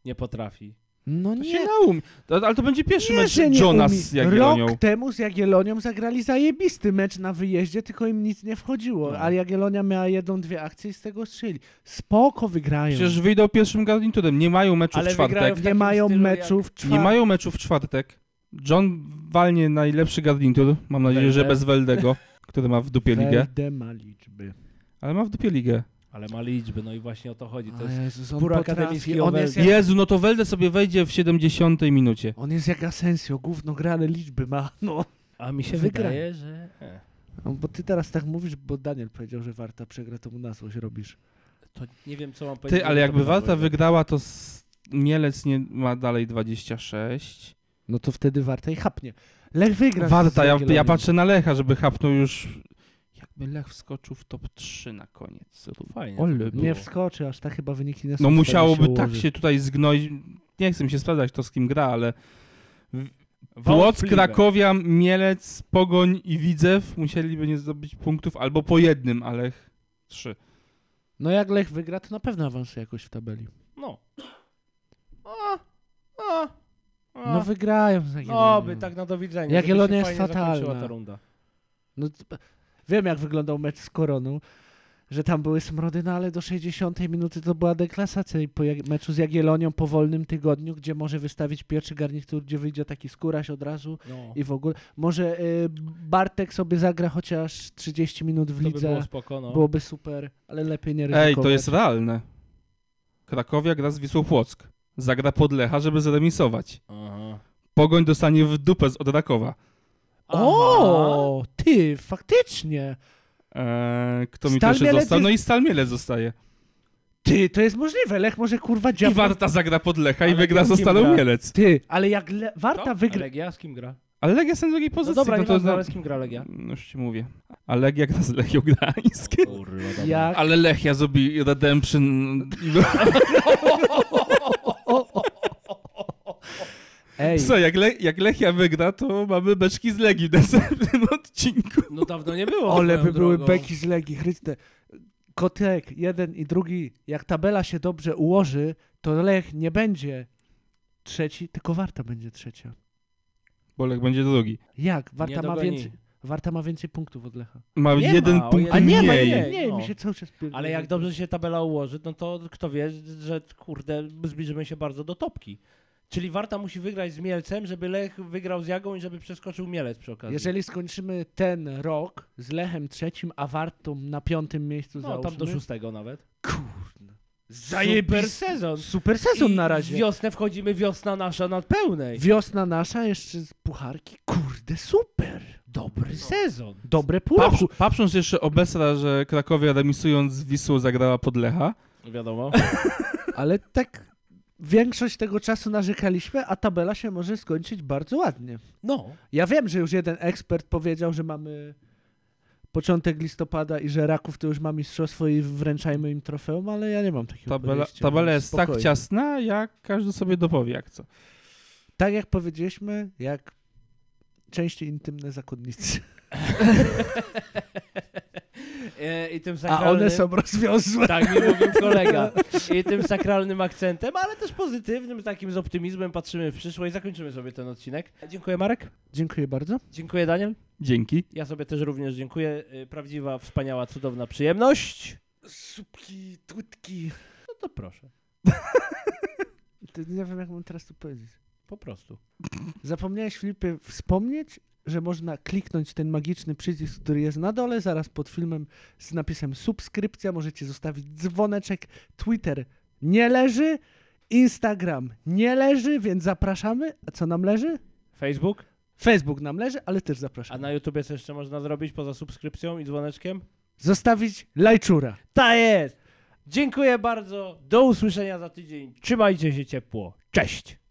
Speaker 1: Nie potrafi.
Speaker 2: No
Speaker 3: To
Speaker 2: nie,
Speaker 3: się naum. To, ale to będzie pierwszy
Speaker 2: nie,
Speaker 3: mecz
Speaker 2: że nie
Speaker 3: Johna
Speaker 2: umie.
Speaker 3: z Jagiellonią.
Speaker 2: Rok temu z Jagielonią zagrali zajebisty mecz na wyjeździe, tylko im nic nie wchodziło.
Speaker 1: No.
Speaker 2: A Jagielonia miała jedną, dwie akcje i z tego strzeli. Spoko wygrają.
Speaker 3: Przecież wyjdą pierwszym garniturem. Nie mają meczu
Speaker 1: Ale
Speaker 3: w czwartek.
Speaker 1: wygrają w
Speaker 2: nie
Speaker 1: takim
Speaker 2: mają
Speaker 1: stylu jak-
Speaker 2: meczów.
Speaker 3: Nie mają meczu w czwartek. John walnie najlepszy garnitur. Mam nadzieję, że
Speaker 1: Welde.
Speaker 3: bez Weldego, który ma w dupie ligę.
Speaker 2: ma liczby.
Speaker 3: Ale ma w dupie ligę.
Speaker 1: Ale ma liczby, no i właśnie o to chodzi. To
Speaker 2: A
Speaker 1: jest...
Speaker 2: Jezus, on
Speaker 1: pur
Speaker 2: potrafi,
Speaker 1: akademicki
Speaker 2: on
Speaker 1: Ovel.
Speaker 2: jest, jak,
Speaker 3: Jezu, no to Welde sobie wejdzie w 70 minucie.
Speaker 2: on jest jak Asensio, gówno gra, ale liczby ma. No.
Speaker 1: A mi się
Speaker 2: Wygra.
Speaker 1: wydaje, że... E,
Speaker 2: No, bo ty teraz tak mówisz, bo Daniel powiedział, że Warta przegra, to mu na złość robisz.
Speaker 1: to nie wiem, co mam powiedzieć.
Speaker 3: Ty, ale
Speaker 1: to
Speaker 3: jakby
Speaker 1: wypadło,
Speaker 3: Warta
Speaker 1: że-
Speaker 3: wygrała, to s- Mielec nie ma dalej 26.
Speaker 2: No to wtedy Warta i chapnie. Lech wygra. z
Speaker 3: Warta, ja, ja
Speaker 2: Jagiellonią.
Speaker 3: patrzę na Lecha, żeby hapnął już... Jakby Lech wskoczył w top 3 na koniec.
Speaker 1: Fajnie.
Speaker 3: Ole,
Speaker 1: to by
Speaker 2: Nie
Speaker 1: było.
Speaker 2: wskoczy, aż takie chyba wyniki nie są.
Speaker 3: No
Speaker 2: w stanie
Speaker 3: musiałoby
Speaker 2: się
Speaker 3: tak
Speaker 2: ułożyć.
Speaker 3: się tutaj zgnoić. Nie chcę mi się sprawdzać to z kim gra, ale Płock,
Speaker 1: Wątpliwe.
Speaker 3: Krakowia, Mielec, Pogoń i Widzew musieliby nie zdobyć punktów albo po jednym, ale ch- trzy.
Speaker 2: No jak Lech wygra, to na pewno awansuje jakoś w tabeli.
Speaker 1: No. A, a, a.
Speaker 2: No wygrają z Jagiellonią.
Speaker 1: No, by tak na do widzenia.
Speaker 2: Jagiellonia
Speaker 1: żeby się
Speaker 2: jest
Speaker 1: fajnie zakończyła
Speaker 2: fatalna.
Speaker 1: Ta runda.
Speaker 2: No, t- wiem, jak wyglądał mecz z Koroną, że tam były smrody, no ale do 60 minuty to była deklasacja i po jak- meczu z Jagiellonią po wolnym tygodniu, gdzie może wystawić pierwszy garnitur, gdzie wyjdzie taki skóraś od razu
Speaker 1: No.
Speaker 2: i w ogóle. Może y, Bartek sobie zagra chociaż 30 minut w
Speaker 1: To by było
Speaker 2: lidze,
Speaker 1: spoko, no.
Speaker 2: byłoby super, ale lepiej nie ryzykować.
Speaker 3: Ej, to jest realne. Krakowia gra z Wisłą Płock. Zagra pod Lecha, żeby zremisować.
Speaker 1: Aha.
Speaker 3: Pogoń dostanie w dupę z od Rakowa.
Speaker 2: O, ty, faktycznie.
Speaker 3: Eee, kto mi
Speaker 2: Stal
Speaker 3: też
Speaker 2: Mielec
Speaker 3: został?
Speaker 2: jest-
Speaker 3: No i Stal Mielec zostaje.
Speaker 2: Ty, to jest możliwe. Lech może kurwa
Speaker 3: I
Speaker 2: dziabnąć.
Speaker 3: Warta zagra pod Lecha i
Speaker 1: Ale
Speaker 3: wygra
Speaker 1: kim
Speaker 3: z Stalą
Speaker 1: gra?
Speaker 3: Mielec.
Speaker 2: Ty, ale jak le... Warta
Speaker 1: Wygra...
Speaker 3: To?
Speaker 2: wygra...
Speaker 1: Legia z kim gra?
Speaker 3: Ale Legia jest na drugiej
Speaker 1: No
Speaker 3: pozycji.
Speaker 1: dobra, nie
Speaker 3: to
Speaker 1: ważne, ale z kim gra Legia?
Speaker 3: No już ci mówię. A Legia gra z Lechią Gdańsk.
Speaker 1: Kurwa, dobra.
Speaker 2: Jak...
Speaker 3: Ale Lechia zrobi Redemption.
Speaker 2: Ej,
Speaker 3: Co, jak, Le- jak Lechia wygra, to mamy beczki z Legii w następnym odcinku.
Speaker 1: No dawno nie było.
Speaker 2: Ole
Speaker 1: swoją
Speaker 2: by były
Speaker 1: drogą.
Speaker 2: beki z Legii, Chryste. Kotek, jeden i drugi, jak tabela się dobrze ułoży, to Lech nie będzie trzeci, tylko Warta będzie trzecia.
Speaker 3: Bo Lech będzie drugi.
Speaker 2: Jak?
Speaker 1: Nie
Speaker 2: Warta ma
Speaker 1: dogoni.
Speaker 2: więcej, Warta ma więcej punktów od Lecha.
Speaker 3: Ma
Speaker 1: Nie
Speaker 3: jeden
Speaker 1: ma, o
Speaker 3: punkt
Speaker 1: jeden-
Speaker 2: A nie, ma,
Speaker 3: mniej.
Speaker 2: nie, nie,
Speaker 1: no.
Speaker 2: mi się cały czas... pierdolę.
Speaker 1: Ale jak dobrze się tabela ułoży, no to kto wie, że kurde, zbliżymy się bardzo do topki. Czyli Warta musi wygrać z Mielcem, żeby Lech wygrał z Jagą i żeby przeskoczył Mielec przy okazji.
Speaker 2: Jeżeli skończymy ten rok z Lechem trzecim, a Wartą na piątym miejscu
Speaker 1: no, tam
Speaker 2: załóżmy,
Speaker 1: do szóstego nawet.
Speaker 2: Kurde.
Speaker 1: Super
Speaker 2: Zajebis-
Speaker 1: sezon.
Speaker 2: Super sezon
Speaker 1: I
Speaker 2: na razie.
Speaker 1: w Wiosnę wchodzimy, wiosna nasza nad pełnej.
Speaker 2: Wiosna nasza, jeszcze z pucharki. Kurde, super.
Speaker 1: Dobry sezon.
Speaker 2: Dobre pół
Speaker 3: Patrz,
Speaker 2: roku.
Speaker 3: patrząc jeszcze obesra, że Krakowie remisując z Wisłą zagrała pod Lecha.
Speaker 1: Wiadomo.
Speaker 2: Ale tak większość tego czasu narzekaliśmy, a tabela się może skończyć bardzo ładnie.
Speaker 1: No.
Speaker 2: Ja wiem, że już jeden ekspert powiedział, że mamy początek listopada i że Raków to już ma mistrzostwo i wręczajmy im trofeum, ale ja nie mam takiego
Speaker 3: Tabela,
Speaker 2: podejścia,
Speaker 3: tabela
Speaker 1: no,
Speaker 2: więc
Speaker 3: jest tak
Speaker 2: spokojnie.
Speaker 3: ciasna, jak każdy sobie dopowie, jak co.
Speaker 2: Tak jak powiedzieliśmy, jak częściej intymne zakonnicy.
Speaker 1: E, I tym
Speaker 2: A
Speaker 1: sakralnym...
Speaker 2: one są rozwiązłe.
Speaker 1: Tak mi mówił kolega. I tym sakralnym akcentem, ale też pozytywnym, takim z optymizmem patrzymy w przyszłość. Zakończymy sobie ten odcinek. Dziękuję Marek.
Speaker 2: Dziękuję bardzo.
Speaker 1: Dziękuję Daniel.
Speaker 3: Dzięki.
Speaker 1: Ja sobie też również dziękuję. Y, Prawdziwa, wspaniała, cudowna przyjemność.
Speaker 2: Subki, tutki.
Speaker 1: No to proszę,
Speaker 2: Nie wiem, jak mam teraz to powiedzieć.
Speaker 1: po prostu.
Speaker 2: Zapomniałeś, Filipie, wspomnieć, że można kliknąć ten magiczny przycisk, który jest na dole, zaraz pod filmem z napisem subskrypcja. Możecie zostawić dzwoneczek. Twitter nie leży, Instagram nie leży, więc zapraszamy. A co nam leży?
Speaker 1: Facebook,
Speaker 2: Facebook nam leży, ale też
Speaker 1: a
Speaker 2: zapraszamy.
Speaker 1: na YouTubie co jeszcze można zrobić poza subskrypcją i dzwoneczkiem?
Speaker 2: Zostawić lajczura.
Speaker 1: Ta jest! Dziękuję bardzo, do usłyszenia za tydzień. Trzymajcie się ciepło. Cześć!